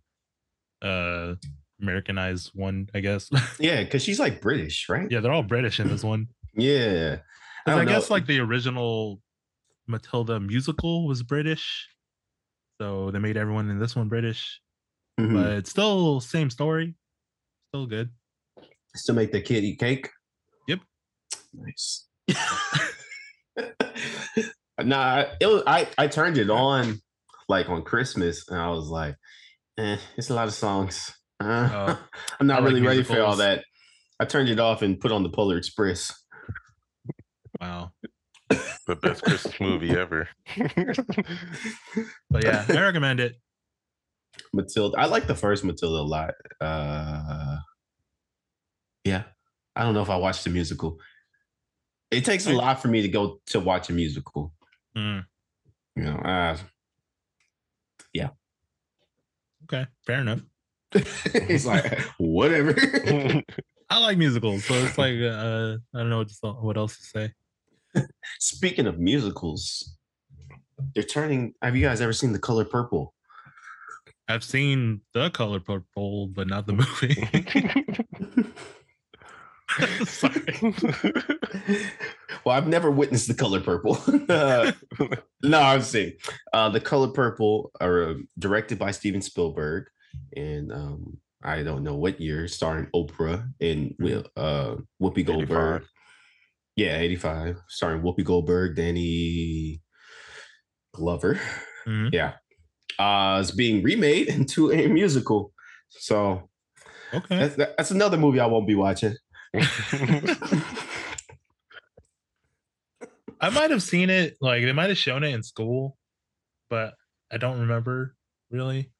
uh americanized one i guess
yeah, because she's like British, right?
yeah they're all british in this one
yeah.
'Cause
don't
i, guess
know.
like the original matilda musical was british so they made everyone in this one british
Mhm.
but it's still same story still good
Still make the kid eat cake.
Yep.
Nice. nah, it was, I I turned it on like on Christmas, and I was like, eh, it's a lot of songs. Uh,
Oh,
I'm not
I like
really ready for all
musicals.
that. I turned it off and put on the Polar Express.
wow
The best Christmas movie ever.
but yeah i recommend it
Matilda, I like the first Matilda a lot. Uh, yeah, I don't know if I watched the musical. It takes a lot for me to go to watch a musical.
Mm,
You know, uh,
okay fair enough
He's like, whatever.
i like musicals so it's like uh i don't know what, to- what else to say
Speaking of musicals, they're turning. Have you guys ever seen The Color Purple?
I've seen the color purple, but not the movie. Sorry.
well, I've never witnessed the color purple. Uh, no, I'm saying uh, the color purple are uh, directed by Steven Spielberg, and um, I don't know what year, starring Oprah and Wi- uh, Whoopi Goldberg. Yeah, 85, starring Whoopi Goldberg, Danny Glover.
Mhm.
Yeah, uh, it's being remade into a musical. So
Okay.
that's, that's another movie I won't be watching.
I might have seen it. Like they might have shown it in school, but I don't remember really.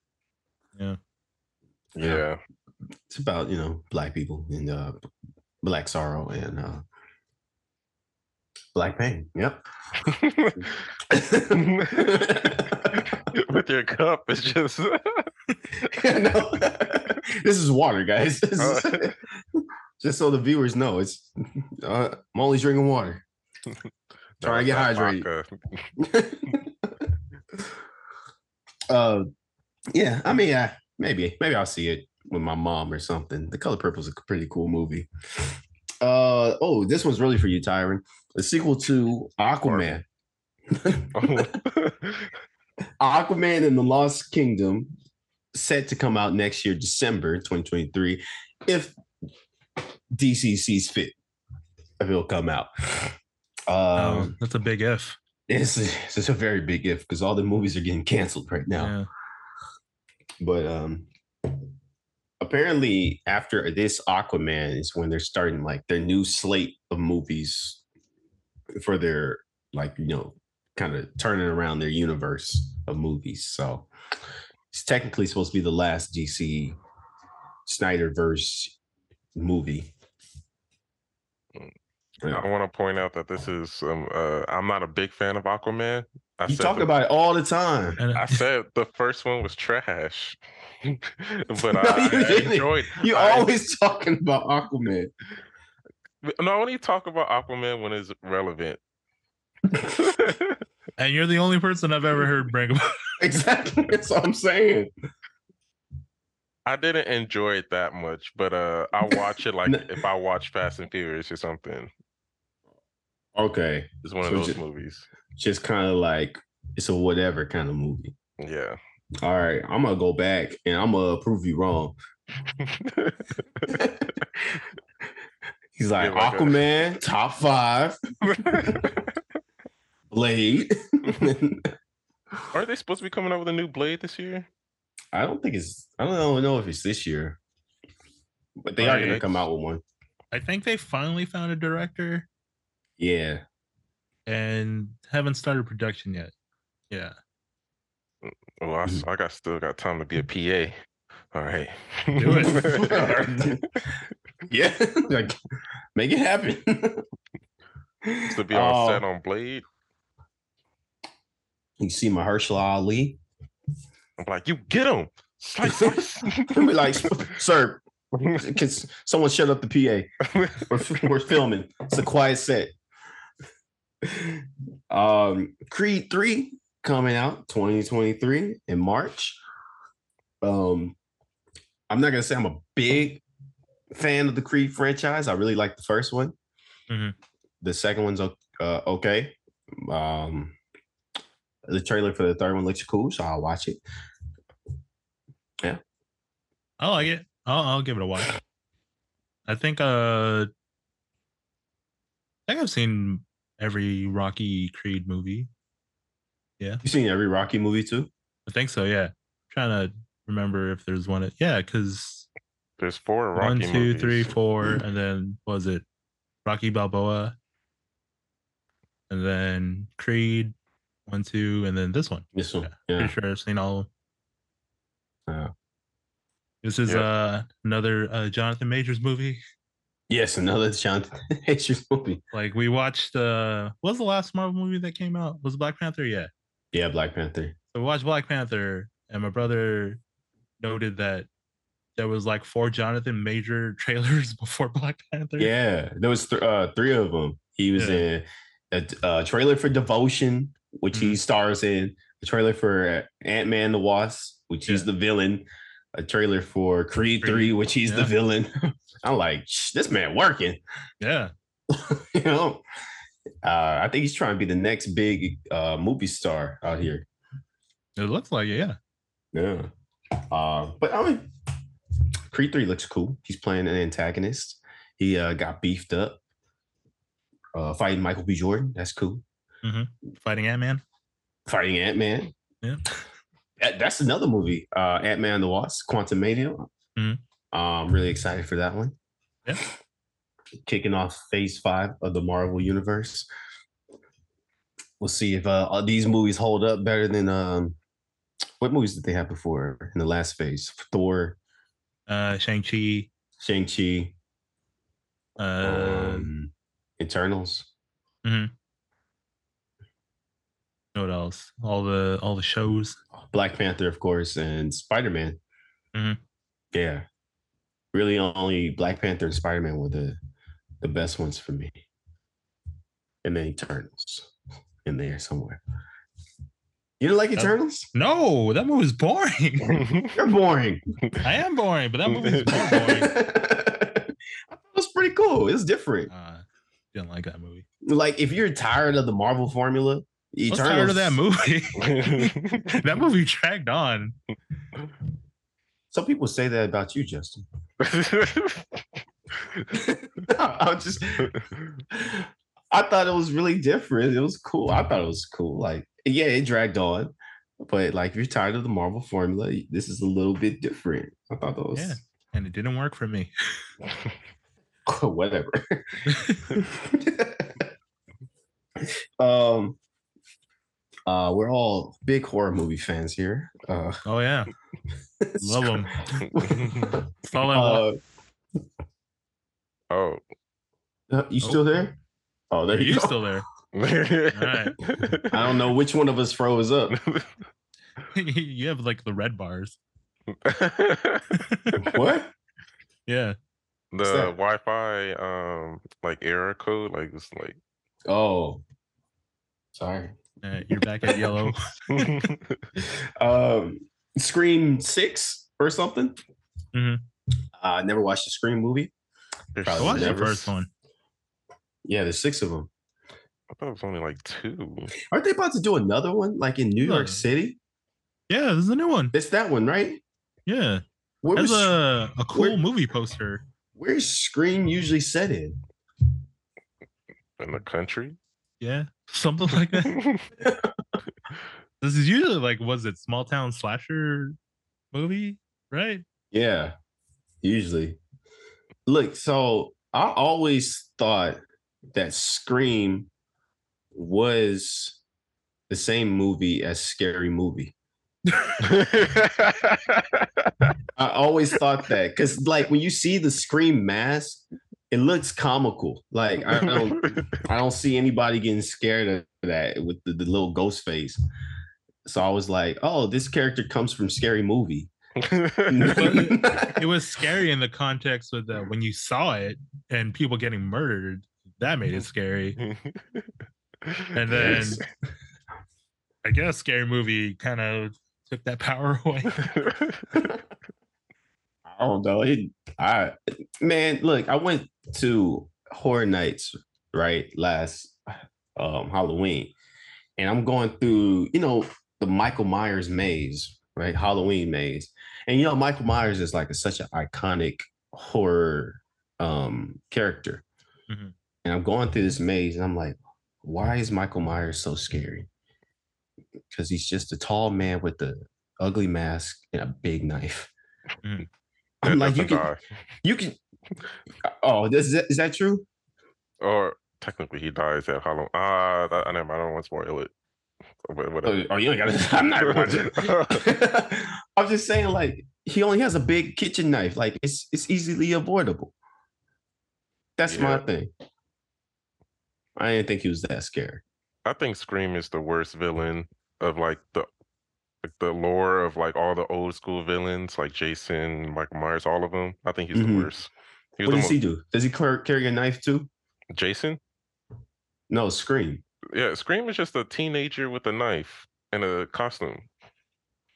Yeah.
yeah.
it's about you know black people and uh black sorrow and uh black pain yep
With your cup, it's just.
No. this is water guys This is- just so the viewers know it's uh, i'm only drinking water Try to
it's
get
not
hydrated.
vodka.
uh yeah i mean yeah maybe maybe i'll see it with my mom or something the color purple is a pretty cool movie uh oh this one's really for you tyron the sequel to aquaman Aquaman and the Lost Kingdom set to come out next year, December 2023, if DC sees fit. If it'll come out.
Oh,
Um,
that's a big if.
it's, it's just a very big if because all the movies are getting canceled right now.
Yeah.
But um apparently after this Aquaman is when they're starting like their new slate of movies for their like you know kind of turning around their universe of movies. So it's technically supposed to be the last DC Snyderverse movie.
Mm.
Yeah.
I want to point out that this is some. Uh, I'm not a big fan of Aquaman. I
You
said
talk
the-
about it all the time.
And
I said the first one was trash, but
No,
I,
you
I
didn't.
enjoyed.
You're
I-
always talking about Aquaman.
No, I only talk about Aquaman when it's relevant.
and you're the only person I've ever heard bring up.
Exactly. That's what I'm saying.
I didn't enjoy it that much, but uh, I watch it like if I watch Fast and Furious or something.
Okay.
It's one of
So
those
ju-
movies.
just kind of like it's a whatever kind of movie.
Yeah.
All right, I'm gonna go back and I'm gonna prove you wrong. He's like
Yeah, like a-
Aquaman, top five, Blade.
Aren't they supposed to be coming out with a new Blade this year?
I don't think it's. I don't know, know if it's this year, but they are
Right.
gonna come out with one.
I think they finally found a director
Yeah,
and haven't started production yet. Yeah.
Well, I,
Mm.
s- I got still got time to be a PA. All right.
Do it.
yeah, like make it happen.
to be on
Oh,
set on Blade.
You see Mahershala Ali.
I'm like, you get him. Slice, slice.
He'll be like, sir, Can s- someone shut up the PA? We're, f- we're filming. It's a quiet set. Um, Creed 3 coming out 2023 in March. Um, I'm not gonna say I'm a big fan of the Creed franchise. I really like the first one.
Mhm.
The second one's o- uh, okay. Um, the trailer for the third one looks cool, so I'll watch it.
I like it. I'll, I'll give it a watch. I think uh I think I've seen every Rocky Creed movie.
You seen every Rocky movie too?
I think so, yeah. trying to remember if there's one yeah, because
There's four Rocky
one, two, three,
movies.
four, and then what was it Rocky Balboa? And then Creed, one, two, and then this one.
This one,
Pretty
yeah.
sure I've seen all of them.
Yeah.
This is
Yeah.
uh another uh, Jonathan Majors movie.
Yes, another Jonathan Majors movie.
Like we watched uh what was the last Marvel movie that came out? Was it Black Panther? Yeah.
Yeah, Black Panther.
So we watched Black Panther and my brother noted that there was like four Jonathan Major trailers before Black Panther.
Yeah, there was th- uh, three of them. He was
Yeah. Mm-hmm.
in a, a trailer for Devotion, which he stars in. The trailer for Ant Man the Wasp, which he's
Yeah.
the villain. a trailer for Creed
Creed,
Three, which he's the
yeah.
villain. I'm like, "Shh, this man working,
Yeah.
you know. Uh, I think he's trying to be the next big uh, movie star out here.
It looks like it, yeah.
Yeah. Uh, but I mean, Creed 3 looks cool. He's playing an antagonist. He uh, got beefed up uh, fighting Michael B. Jordan. That's cool.
Fighting Ant Man.
Fighting Ant Man.
Yeah.
That's another movie. Uh, Ant Man and the Wasp, Quantum Mania. Uh,
Mhm.
I'm really excited for that one.
Yeah.
Kicking off phase five of the Marvel Universe. We'll see if uh, all these movies hold up better than. Um, what movies did they have before in the last phase? Thor,
Uh Shang Chi.
Shang-Chi,
Uh
um, Eternals.
what else? All the all the shows.
Black Panther, of course, and Spider Man.
Mhm.
Yeah, really, only Black Panther and Spider Man were the the best ones for me, and then Eternals in there somewhere. You don't like Eternals?
No, that movie's boring.
You're boring.
I am boring, but that movie's more
I
boring.
thought it was pretty cool. It's different.
Uh, didn't like that movie.
Like if you're tired of the Marvel formula,
I was
Eternals.
tired of that movie. that movie dragged on.
Some people say that about you, Justin. I'm just I thought it was really different. It was cool. I thought it was cool. Like, yeah, it dragged on, but like, if you're tired of the Marvel formula, this is a little bit different. I thought that was
Yeah. And it didn't work for me.
whatever. um, uh, we're all big horror movie fans here. Uh,
Oh yeah. Love them. All I want.
Uh,
oh.
you still there? Oh, there
Are
you
you
go.
still there?
right.
I don't know which one of us froze up.
you have like the red bars.
what?
Yeah.
that?
the Wi-Fi, um, like error code, like it's like
Oh, sorry.
Uh, you're back at yellow.
um, Scream Six or something. Uh,
Mhm.
I never watched the Scream movie.
there's
Probably
I
Oh,
watched the
never-
first one.
Yeah, there's six of them.
I thought it was only like two.
Aren't they about to do another one like in New York
Huh.
City?
Yeah, this is a new one.
It's that one, right?
Yeah.
Where
That's
was,
a, a cool
where-
movie poster.
where's Scream usually set in?
in the country.
Yeah. Something like that. this is usually like, was it small town slasher movie? Right?
Yeah, usually. Look, so I always thought that Scream was the same movie as Scary Movie. I always thought that because, like, when you see the Scream mask, it looks comical. Like, I don't, I don't see anybody getting scared of that with the, the little ghost face. So I was like, oh, this character comes from Scary Movie.
It was scary in the context of that when you saw it and people getting murdered, that made it scary. And then I guess scary movie kind of took that power away.
I don't know. It, I man, look, I went to horror nights right last um Halloween, and I'm going through you know the Michael Myers maze, right? Halloween maze, and you know Michael Myers is like a, such an iconic horror um character,
Mm-hmm.
Mhm.
and I'm going through this maze, and I'm like, why is Michael Myers so scary? Because he's just a tall man with the ugly mask and a big knife.
Mm.
I'm like, you
That's
can,
a die.
you can. Oh, is that, is that true?
or technically he dies at Halloween. Ah, that- I never. mind, I don't want to spoil it. But
Oh,
whatever.
oh, you ain't got. I'm not watching. I'm just saying, like, he only has a big kitchen knife. Like, it's it's easily avoidable. That's my
Yeah.
thing. I didn't think he was that scared.
I think Scream is the worst villain of like the like the lore of like all the old school villains, like Jason, Michael Myers, all of them. I think he's
Mhm.
the worst. He was
What
the
does he
most,
do? Does he car- carry a knife too?
Jason.
No, scream.
Yeah, Scream is just a teenager with a knife and a costume.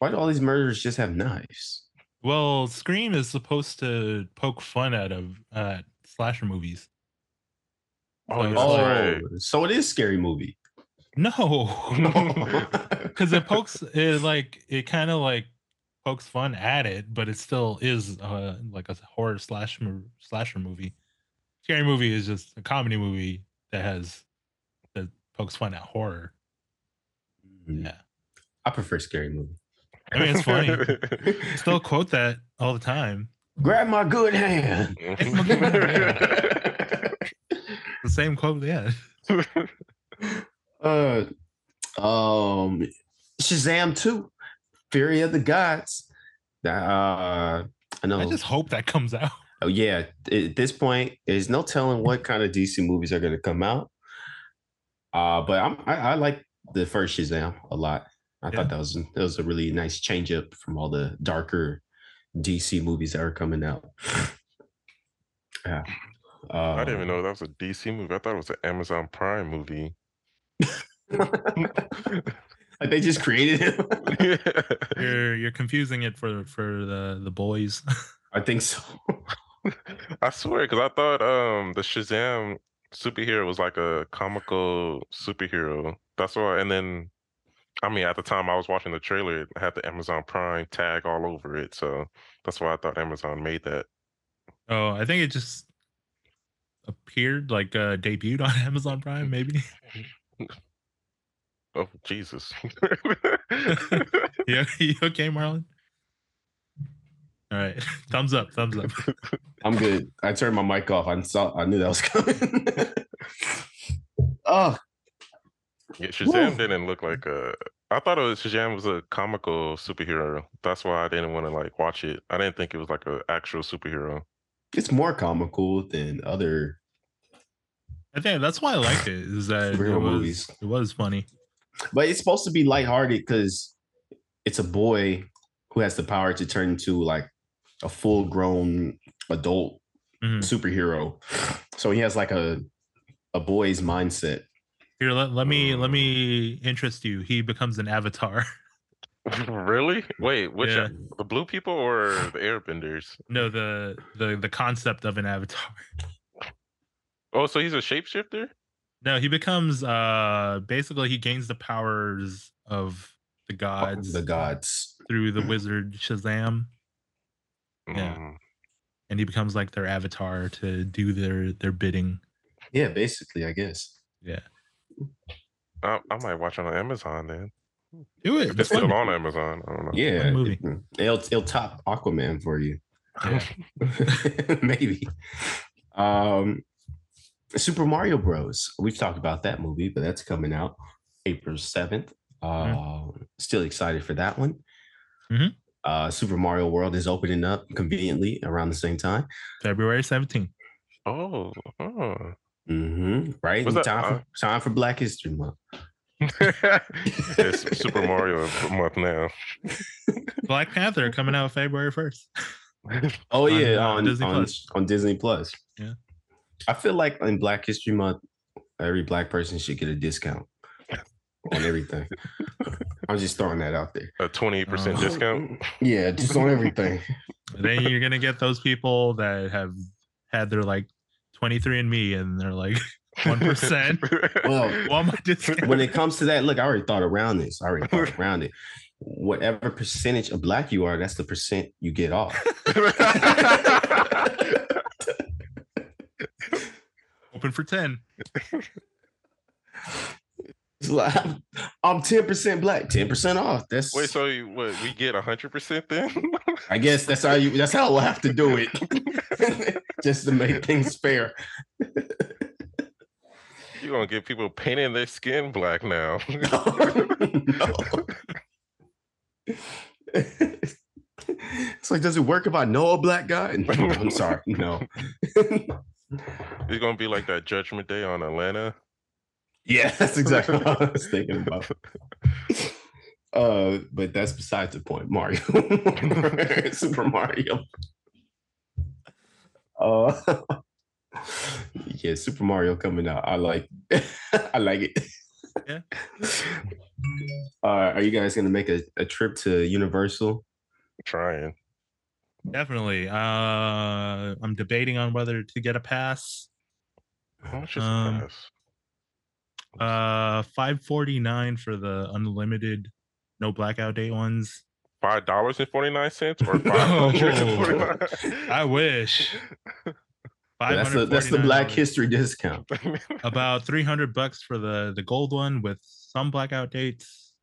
Why do all these murderers just have knives?
Well, Scream is supposed to poke fun out of uh, slasher movies.
Oh,
yeah.
that's
Oh,
right.
so it is scary movie.
No, because it pokes it like it kind of like pokes fun at it, but it still is uh, like a horror slash mo- slasher movie. Scary movie is just a comedy movie that has that pokes fun at horror.
Mm.
Yeah,
I prefer scary movie.
I mean, it's funny. still quote that all the time.
Grab my good hand.
The same quote, yeah.
uh, um, Shazam 2, Fury of the Gods. Uh, I know.
I just hope that comes out.
oh, yeah, at this point, there's no telling what kind of DC movies are going to come out. Uh, but I'm, I, I like the first Shazam a lot. I
Yeah.
thought that was that was a really nice change up from all the darker DC movies that are coming out. yeah. Uh,
I didn't even know that was a DC movie. I thought it was an Amazon Prime movie.
Um, Like they just created him.
You're you're confusing it for for the the boys.
I think so.
I swear, because I thought um the Shazam superhero was like a comical superhero. That's why. And then, I mean, at the time I was watching the trailer, it had the Amazon Prime tag all over it, so that's why I thought Amazon made that.
Oh, I think it just appeared like uh debuted on Amazon Prime, maybe.
Oh Jesus!
yeah, you okay, Marlon? All right, thumbs up, thumbs up.
I'm good. I turned my mic off. I saw. I knew that was coming. oh,
Yeah, Shazam
Woo.
didn't look like a. I thought it was Shazam was a comical superhero. That's why I didn't want to like watch it. I didn't think it was like an actual superhero.
it's more comical than other.
I think that's why I liked it. Is that it
Real
was
movies.
it was funny.
But it's supposed to be lighthearted because it's a boy who has the power to turn into like a full-grown adult
Mhm.
superhero. So he has like a a boy's mindset.
Here, let, let me let me interest you. He becomes an avatar.
really? Wait, which
Yeah.
the blue people or the Airbenders?
No, the the the concept of an avatar.
Oh, so he's a shapeshifter.
No, he becomes uh basically he gains the powers of the gods
The gods.
through the wizard Shazam Yeah.
Mm.
and he becomes like their avatar to do their their bidding.
Yeah, basically, I guess.
Yeah.
I, I might watch it on Amazon then.
Do it.
If it's still on Amazon, I don't know.
Yeah,
What movie?
It'll it'll top Aquaman for you.
Yeah.
Maybe. Um Super Mario Bros. We've talked about that movie, but that's coming out April 7th. Uh
Mm-hmm.
still excited for that one.
Mhm.
Uh Super Mario World is opening up conveniently around the same time.
February 17th.
Oh, oh.
hmm Right?
Was
in
that- uh?
time, for, time for Black History Month.
it's Super Mario month now.
Black Panther coming out February 1st.
Oh
On,
yeah,
uh,
on,
Disney
on,
Plus.
on Disney Plus.
Yeah.
I feel like in Black History Month, every black person should get a discount on everything. I'm just throwing that out there.
A twenty percent
Oh.
discount.
Yeah, just on everything.
then you're going to get those people that have had their like 23 and me and they're like 1%.
Well,
Well, my discount.
when it comes to that, look, I already thought around this. I already thought around it. Whatever percentage of black you are, that's the percent you get off.
Open for 10.
It's like, I'm- I'm 10% black, 10% off. That's
Wait, so you, what? We get hundred percent then?
I guess that's how you that's how we'll have to do it. just to make things fair.
You're gonna get people painting their skin black now.
no. it's like, does it work if I know a black guy? No, I'm sorry, no.
It's gonna be like that Judgment Day on Atlanta.
yeah, that's exactly what I was thinking about. Uh, but that's besides the point, Mario. Super Mario. Uh, yeah, Super Mario coming out. I like, I like it.
Yeah.
Uh, are you guys gonna make a, a trip to Universal?
Trying.
Definitely. Uh, I'm debating on whether to get a pass.
How much is
Um,
the pass?
Uh, 549 for the unlimited, no blackout date ones.
Five dollars and forty nine cents or five hundred and forty
I
nine.
wish.
That's the that's the Black
$549.
History discount.
About 300 bucks for the the gold one with some blackout dates,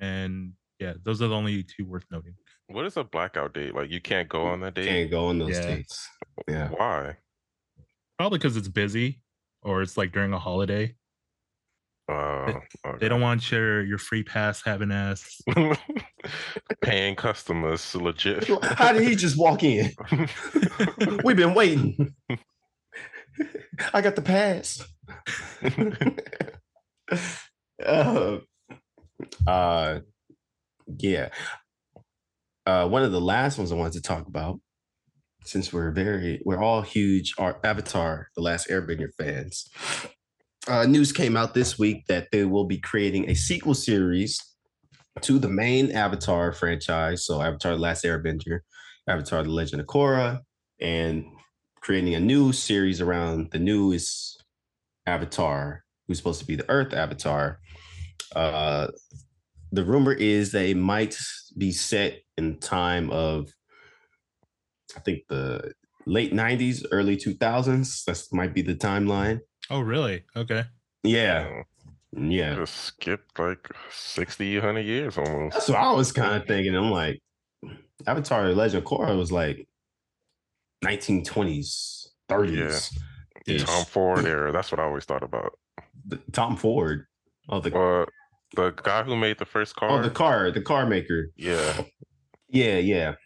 and yeah, those are the only two worth noting.
What is a blackout date? Like you can't go on that date.
Can't go on those
Yeah.
dates. Yeah.
Why?
Probably because it's busy, or it's like during a holiday.
Uh,
They don't want your your free pass having ass.
don't. Paying customers legit.
How did he just walk in? We've been waiting. I got the pass. uh, uh, yeah. Uh, one of the last ones I wanted to talk about, since we're very, we're all huge Ar- Avatar, The Last Airbender fans. Uh, news came out this week that they will be creating a sequel series to the main Avatar franchise. So, Avatar The Last Airbender, Avatar The Legend of Korra, and creating a new series around the newest Avatar, who's supposed to be the Earth Avatar. Uh, the rumor is that it might be set in time of, I think the late '90s, early 2000s. That might be the timeline.
Oh, really? Okay.
Yeah, yeah.
Oh, Just skipped like 60, 100 years almost.
That's what I was kind of thinking. I'm like, Avatar: Legend of Korra was like 1920s, 30s. Yes.
Tom Ford era. That's what I always thought about.
the- Tom Ford. Oh, the
Uh, the guy who made the first car.
oh the car, the car maker.
yeah.
Yeah, yeah.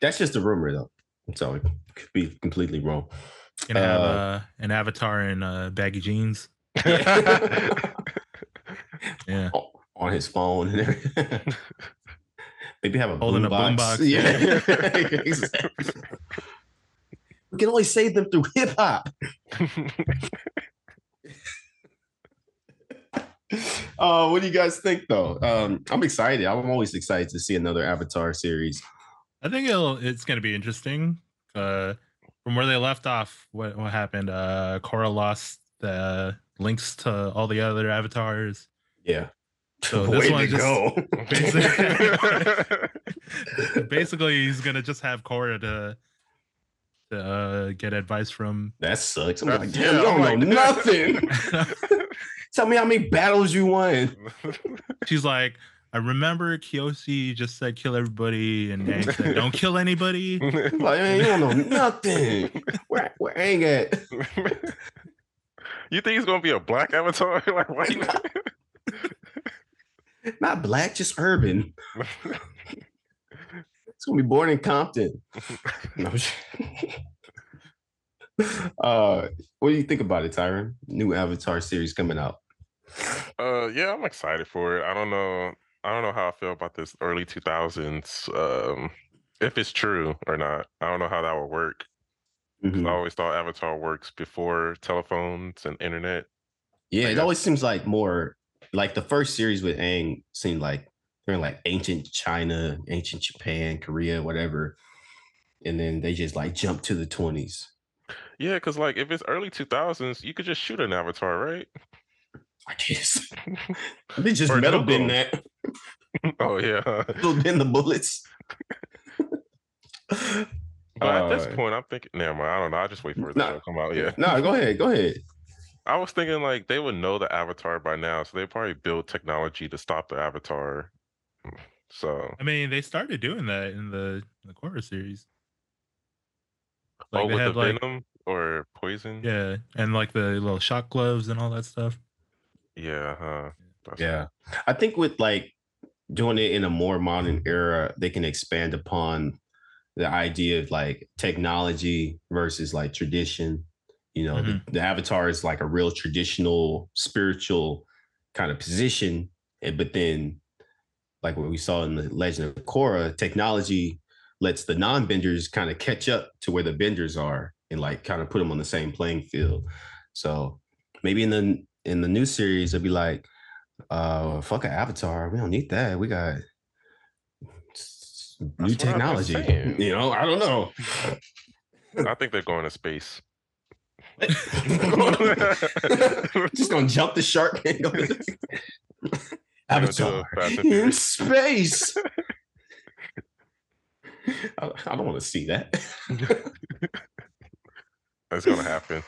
That's just a rumor though. So it could be completely wrong.
Can have
Uh,
uh, an avatar in uh, baggy jeans. Yeah.
O- On his phone and everything. Maybe have a
Holding
boom
a
box.
boombox,
Yeah.
yeah.
exactly. We can only save them through hip hop. Uh, what do you guys think though? Um, I'm excited. I'm always excited to see another Avatar series.
I think it'll it's gonna be interesting. Uh, from where they left off, what what happened? Uh, Korra lost the links to all the other avatars.
Yeah.
So this one just-
go.
Basically, he's gonna just have Korra to to uh, get advice from.
That sucks. I'm like,
That's-
Uh,
yeah,
damn, you
I'm
don't
like-
know nothing. Tell me how many battles you won.
She's like, I remember Kyoshi just said kill everybody, and Aang said don't kill anybody.
I'm like, man, you don't know nothing. Where, where Aang at?
you think it's gonna be a black avatar? like why? You...
Not black, just urban. It's gonna be born in Compton. No. uh, what do you think about it, Tyron? New Avatar series coming out.
Uh, yeah, I'm excited for it. I don't know. I don't know how I feel about this early 2000s. Um, if it's true or not, I don't know how that would work. 'Cause
Mhm.
I always thought Avatar works before telephones and internet.
Yeah,
I
it
guess.
always seems like more like the first series with Aang seemed like they're in like ancient China, ancient Japan, Korea, whatever. And then they just like jump to the 20s.
Yeah, because like if it's early 2000s, you could just shoot an avatar, right?
I guess. they just
Or
metal
Noko.
bend that,
oh yeah.
metal bend the bullets.
But at
Uh,
this point, I'm thinking, never mind. I don't know. I will just wait for it
Nah.
to come out. Yeah,
No, go ahead. Go ahead.
I was thinking like they would know the avatar by now, so they probably build technology to stop the avatar. So,
I mean, they started doing that in the the Korra series.
oh,
Like they
with the
had like
venom or poison?
yeah, and like the little shock gloves and all that stuff.
yeah, huh. That's-
Yeah. I think with like doing it in a more modern era, they can expand upon the idea of like technology versus like tradition. You know, the, the avatar is like a real traditional spiritual kind of position. And but then like what we saw in the Legend of Korra, technology lets the non-benders kind of catch up to where the benders are and like kind of put them on the same playing field. So maybe in the in the new series, it'd be like, uh, fuck an avatar. We don't need that. We got s- just new
That's what I've been
technology.
saying.
You know, I don't know.
I think they're going to space.
just gonna jump the shark and go to
They're gonna do a
Avatar
Fast and
in
Furious.
space. I, I don't want to see that.
It's gonna happen.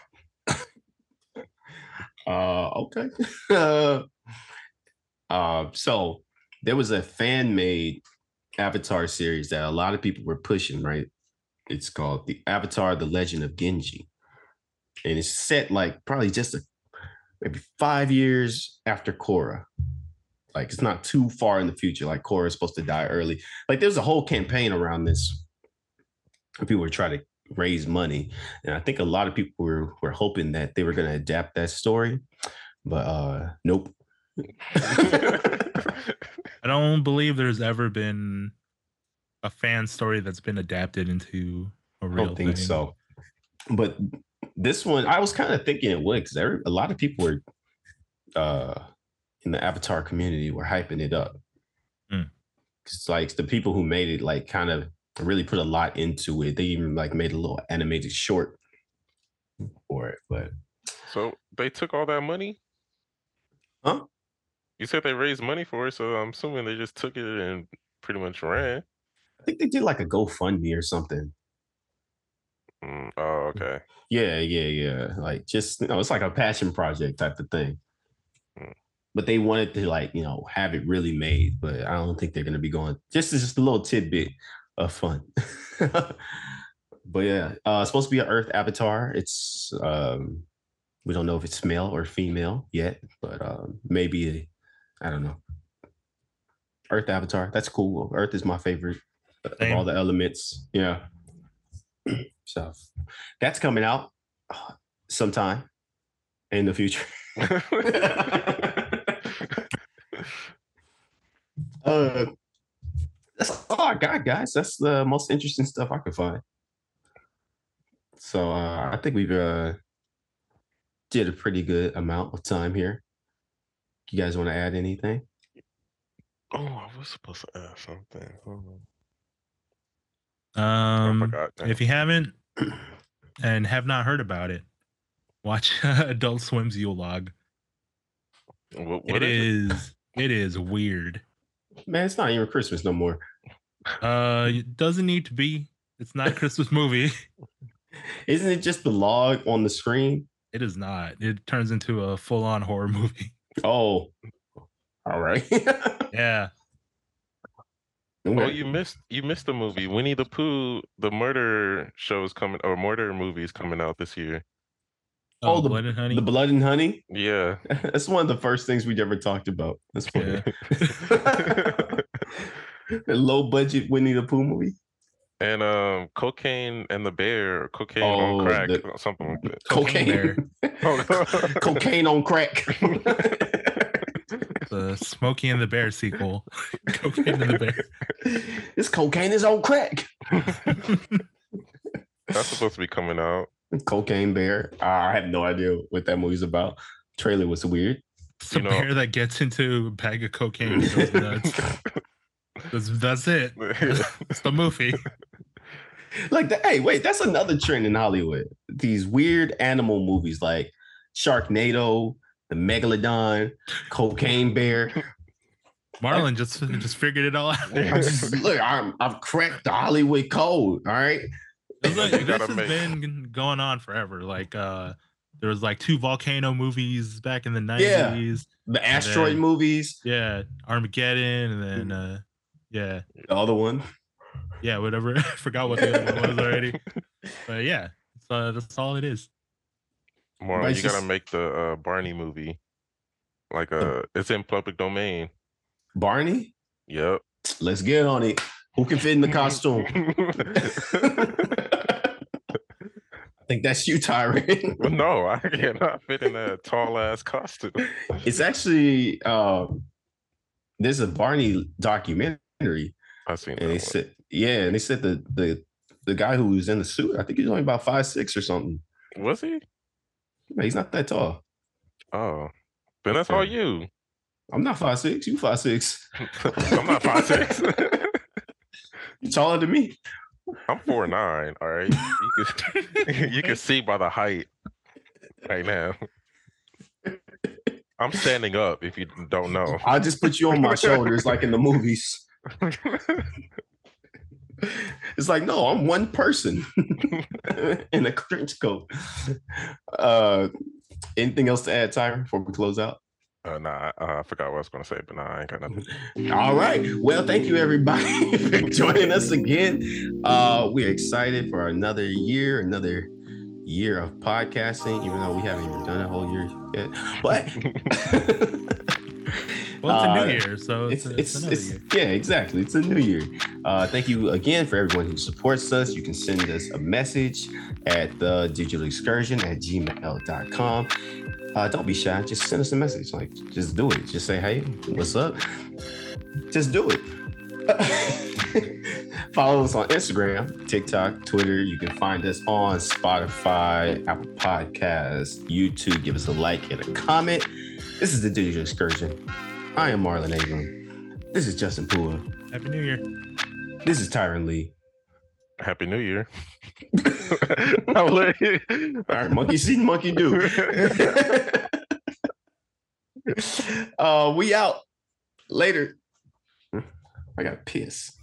Uh, okay. Uh, uh, so there was a fan made Avatar series that a lot of people were pushing, right? It's called the Avatar: The Legend of Genji, and it's set like probably just a, maybe five years after Korra. Like it's not too far in the future. Like Korra is supposed to die early. Like there's a whole campaign around this. and People were trying to raise money, and I think a lot of people were were hoping that they were going to adapt that story, but uh, nope.
I don't believe there's ever been a fan story that's been adapted into a
I
real
don't think
thing.
so. But this one, I was kind of thinking it would because a lot of people were uh, in the Avatar community were hyping it up.
Mm.
It's like the people who made it, like, kind of really put a lot into it. They even like made a little animated short for it. But
so they took all that money.
Huh?
You said they raised money for it, so I'm assuming they just took it and pretty much ran.
I think they did like a GoFundMe or something.
Mm, oh, okay.
Yeah, yeah, yeah. Like just you know, it's like a passion project type of thing.
Mm.
But they wanted to like, you know, have it really made, but I don't think they're gonna be going just it's just a little tidbit of fun. but yeah, uh it's supposed to be an Earth avatar. It's um we don't know if it's male or female yet, but um maybe I don't know. Earth avatar, that's cool. Earth is my favorite of all
Same.
the elements. Yeah. so that's coming out uh, sometime in the future.
Oh,
Uh, that's all I got, guys. That's the most interesting stuff I could find. So uh, I think we've uh, did a pretty good amount of time here. You guys want to add anything?
oh, I was supposed to ask something. Hold on. I
Um,
forgot now.
if you haven't and have not heard about it, watch Adult Swim's Yule Log.
What- what
it
is it?
is it is weird.
Man, it's not even Christmas no more.
Uh, it doesn't need to be. It's not a Christmas movie.
Isn't it just the log on the screen?
It is not. It turns into a full-on horror movie.
Oh, all right.
Yeah, Uh,
Oh,
Okay.
you missed you missed the movie Winnie the Pooh. The murder show is coming, or murder movie is coming out this year.
Oh, the-
Blood and Honey.
the blood and honey.
Yeah,
That's one of the first things we ever talked about. That's funny. the low budget Winnie the Pooh movie.
and um, cocaine and the bear, or cocaine
Oh,
on crack,
the- Oh,
or something like that.
Cocaine.
Cocaine
Cocaine on crack.
the Smokey and the Bear sequel. Cocaine and the Bear.
this cocaine is on crack.
That's supposed to be coming out.
Cocaine Bear. I have no idea what that movie's about. Trailer was weird.
It's a
You know-
bear that gets into a bag of cocaine and goes nuts. That's, that's it. It's the movie.
like the, hey wait that's another trend in hollywood these weird animal movies like sharknado the megalodon cocaine bear
Marlon just just figured it all out.
I just, look I'm, i've cracked the hollywood code all right
It's like,
You
this
gotta
has
make-
been going on forever. Like uh there was like two volcano movies back in the
Yeah.
nineties.
the asteroid
then-
movies
Yeah. Armageddon and then
Mm-hmm.
uh yeah,
the other one
yeah, whatever. I forgot what the other one was already. But yeah, so that's all it is.
Marlon,
Everybody's
you gotta
just-
make the uh, Barney movie. Like uh,
The-
it's in public domain.
barney
Yep.
let's get on it who can fit in the costume i think that's you tyron
no, I cannot fit in that tall ass costume.
it's actually um there's a barney documentary
I seen that.
And they
one.
said, yeah, and they said the the the guy who was in the suit, I think he's only about five six or something.
Was he?
Man, He's not that tall.
Oh, then that's all
Okay.
you.
I'm not five six. You five six.
I'm not five six.
taller than me.
I'm four nine. All right, you can, you can see by the height right now. I'm standing up. If you don't know,
I'll just put you on my shoulders like in the movies. It's like, no, I'm one person in a trench coat. Uh, anything else to add, Tyron, before we close out?
uh, nah, uh, I forgot what I was gonna say, but nah, I ain't got nothing.
All right. Well, thank you everybody for joining us again. Uh, we're excited for another year, another year of podcasting, even though we haven't even done a whole year yet. But
Well,
Uh,
it's a new year, so it's
it's
a- it's
it's,
another
it's
year.
yeah exactly it's a new year uh thank you again for everyone who supports us you can send us a message at the digital excursion at gmail.com uh don't be shy just send us a message like just do it just say hey what's up just do it follow us on instagram tiktok twitter you can find us on spotify apple Podcasts, youtube give us a like and a comment this is the digital excursion I am Marlon Ingram. This is Justin Pua.
Happy New Year.
This is Tyron Lee.
Happy New Year. I'm like-
All right, monkey see, monkey do. uh, we out later. I got to piss.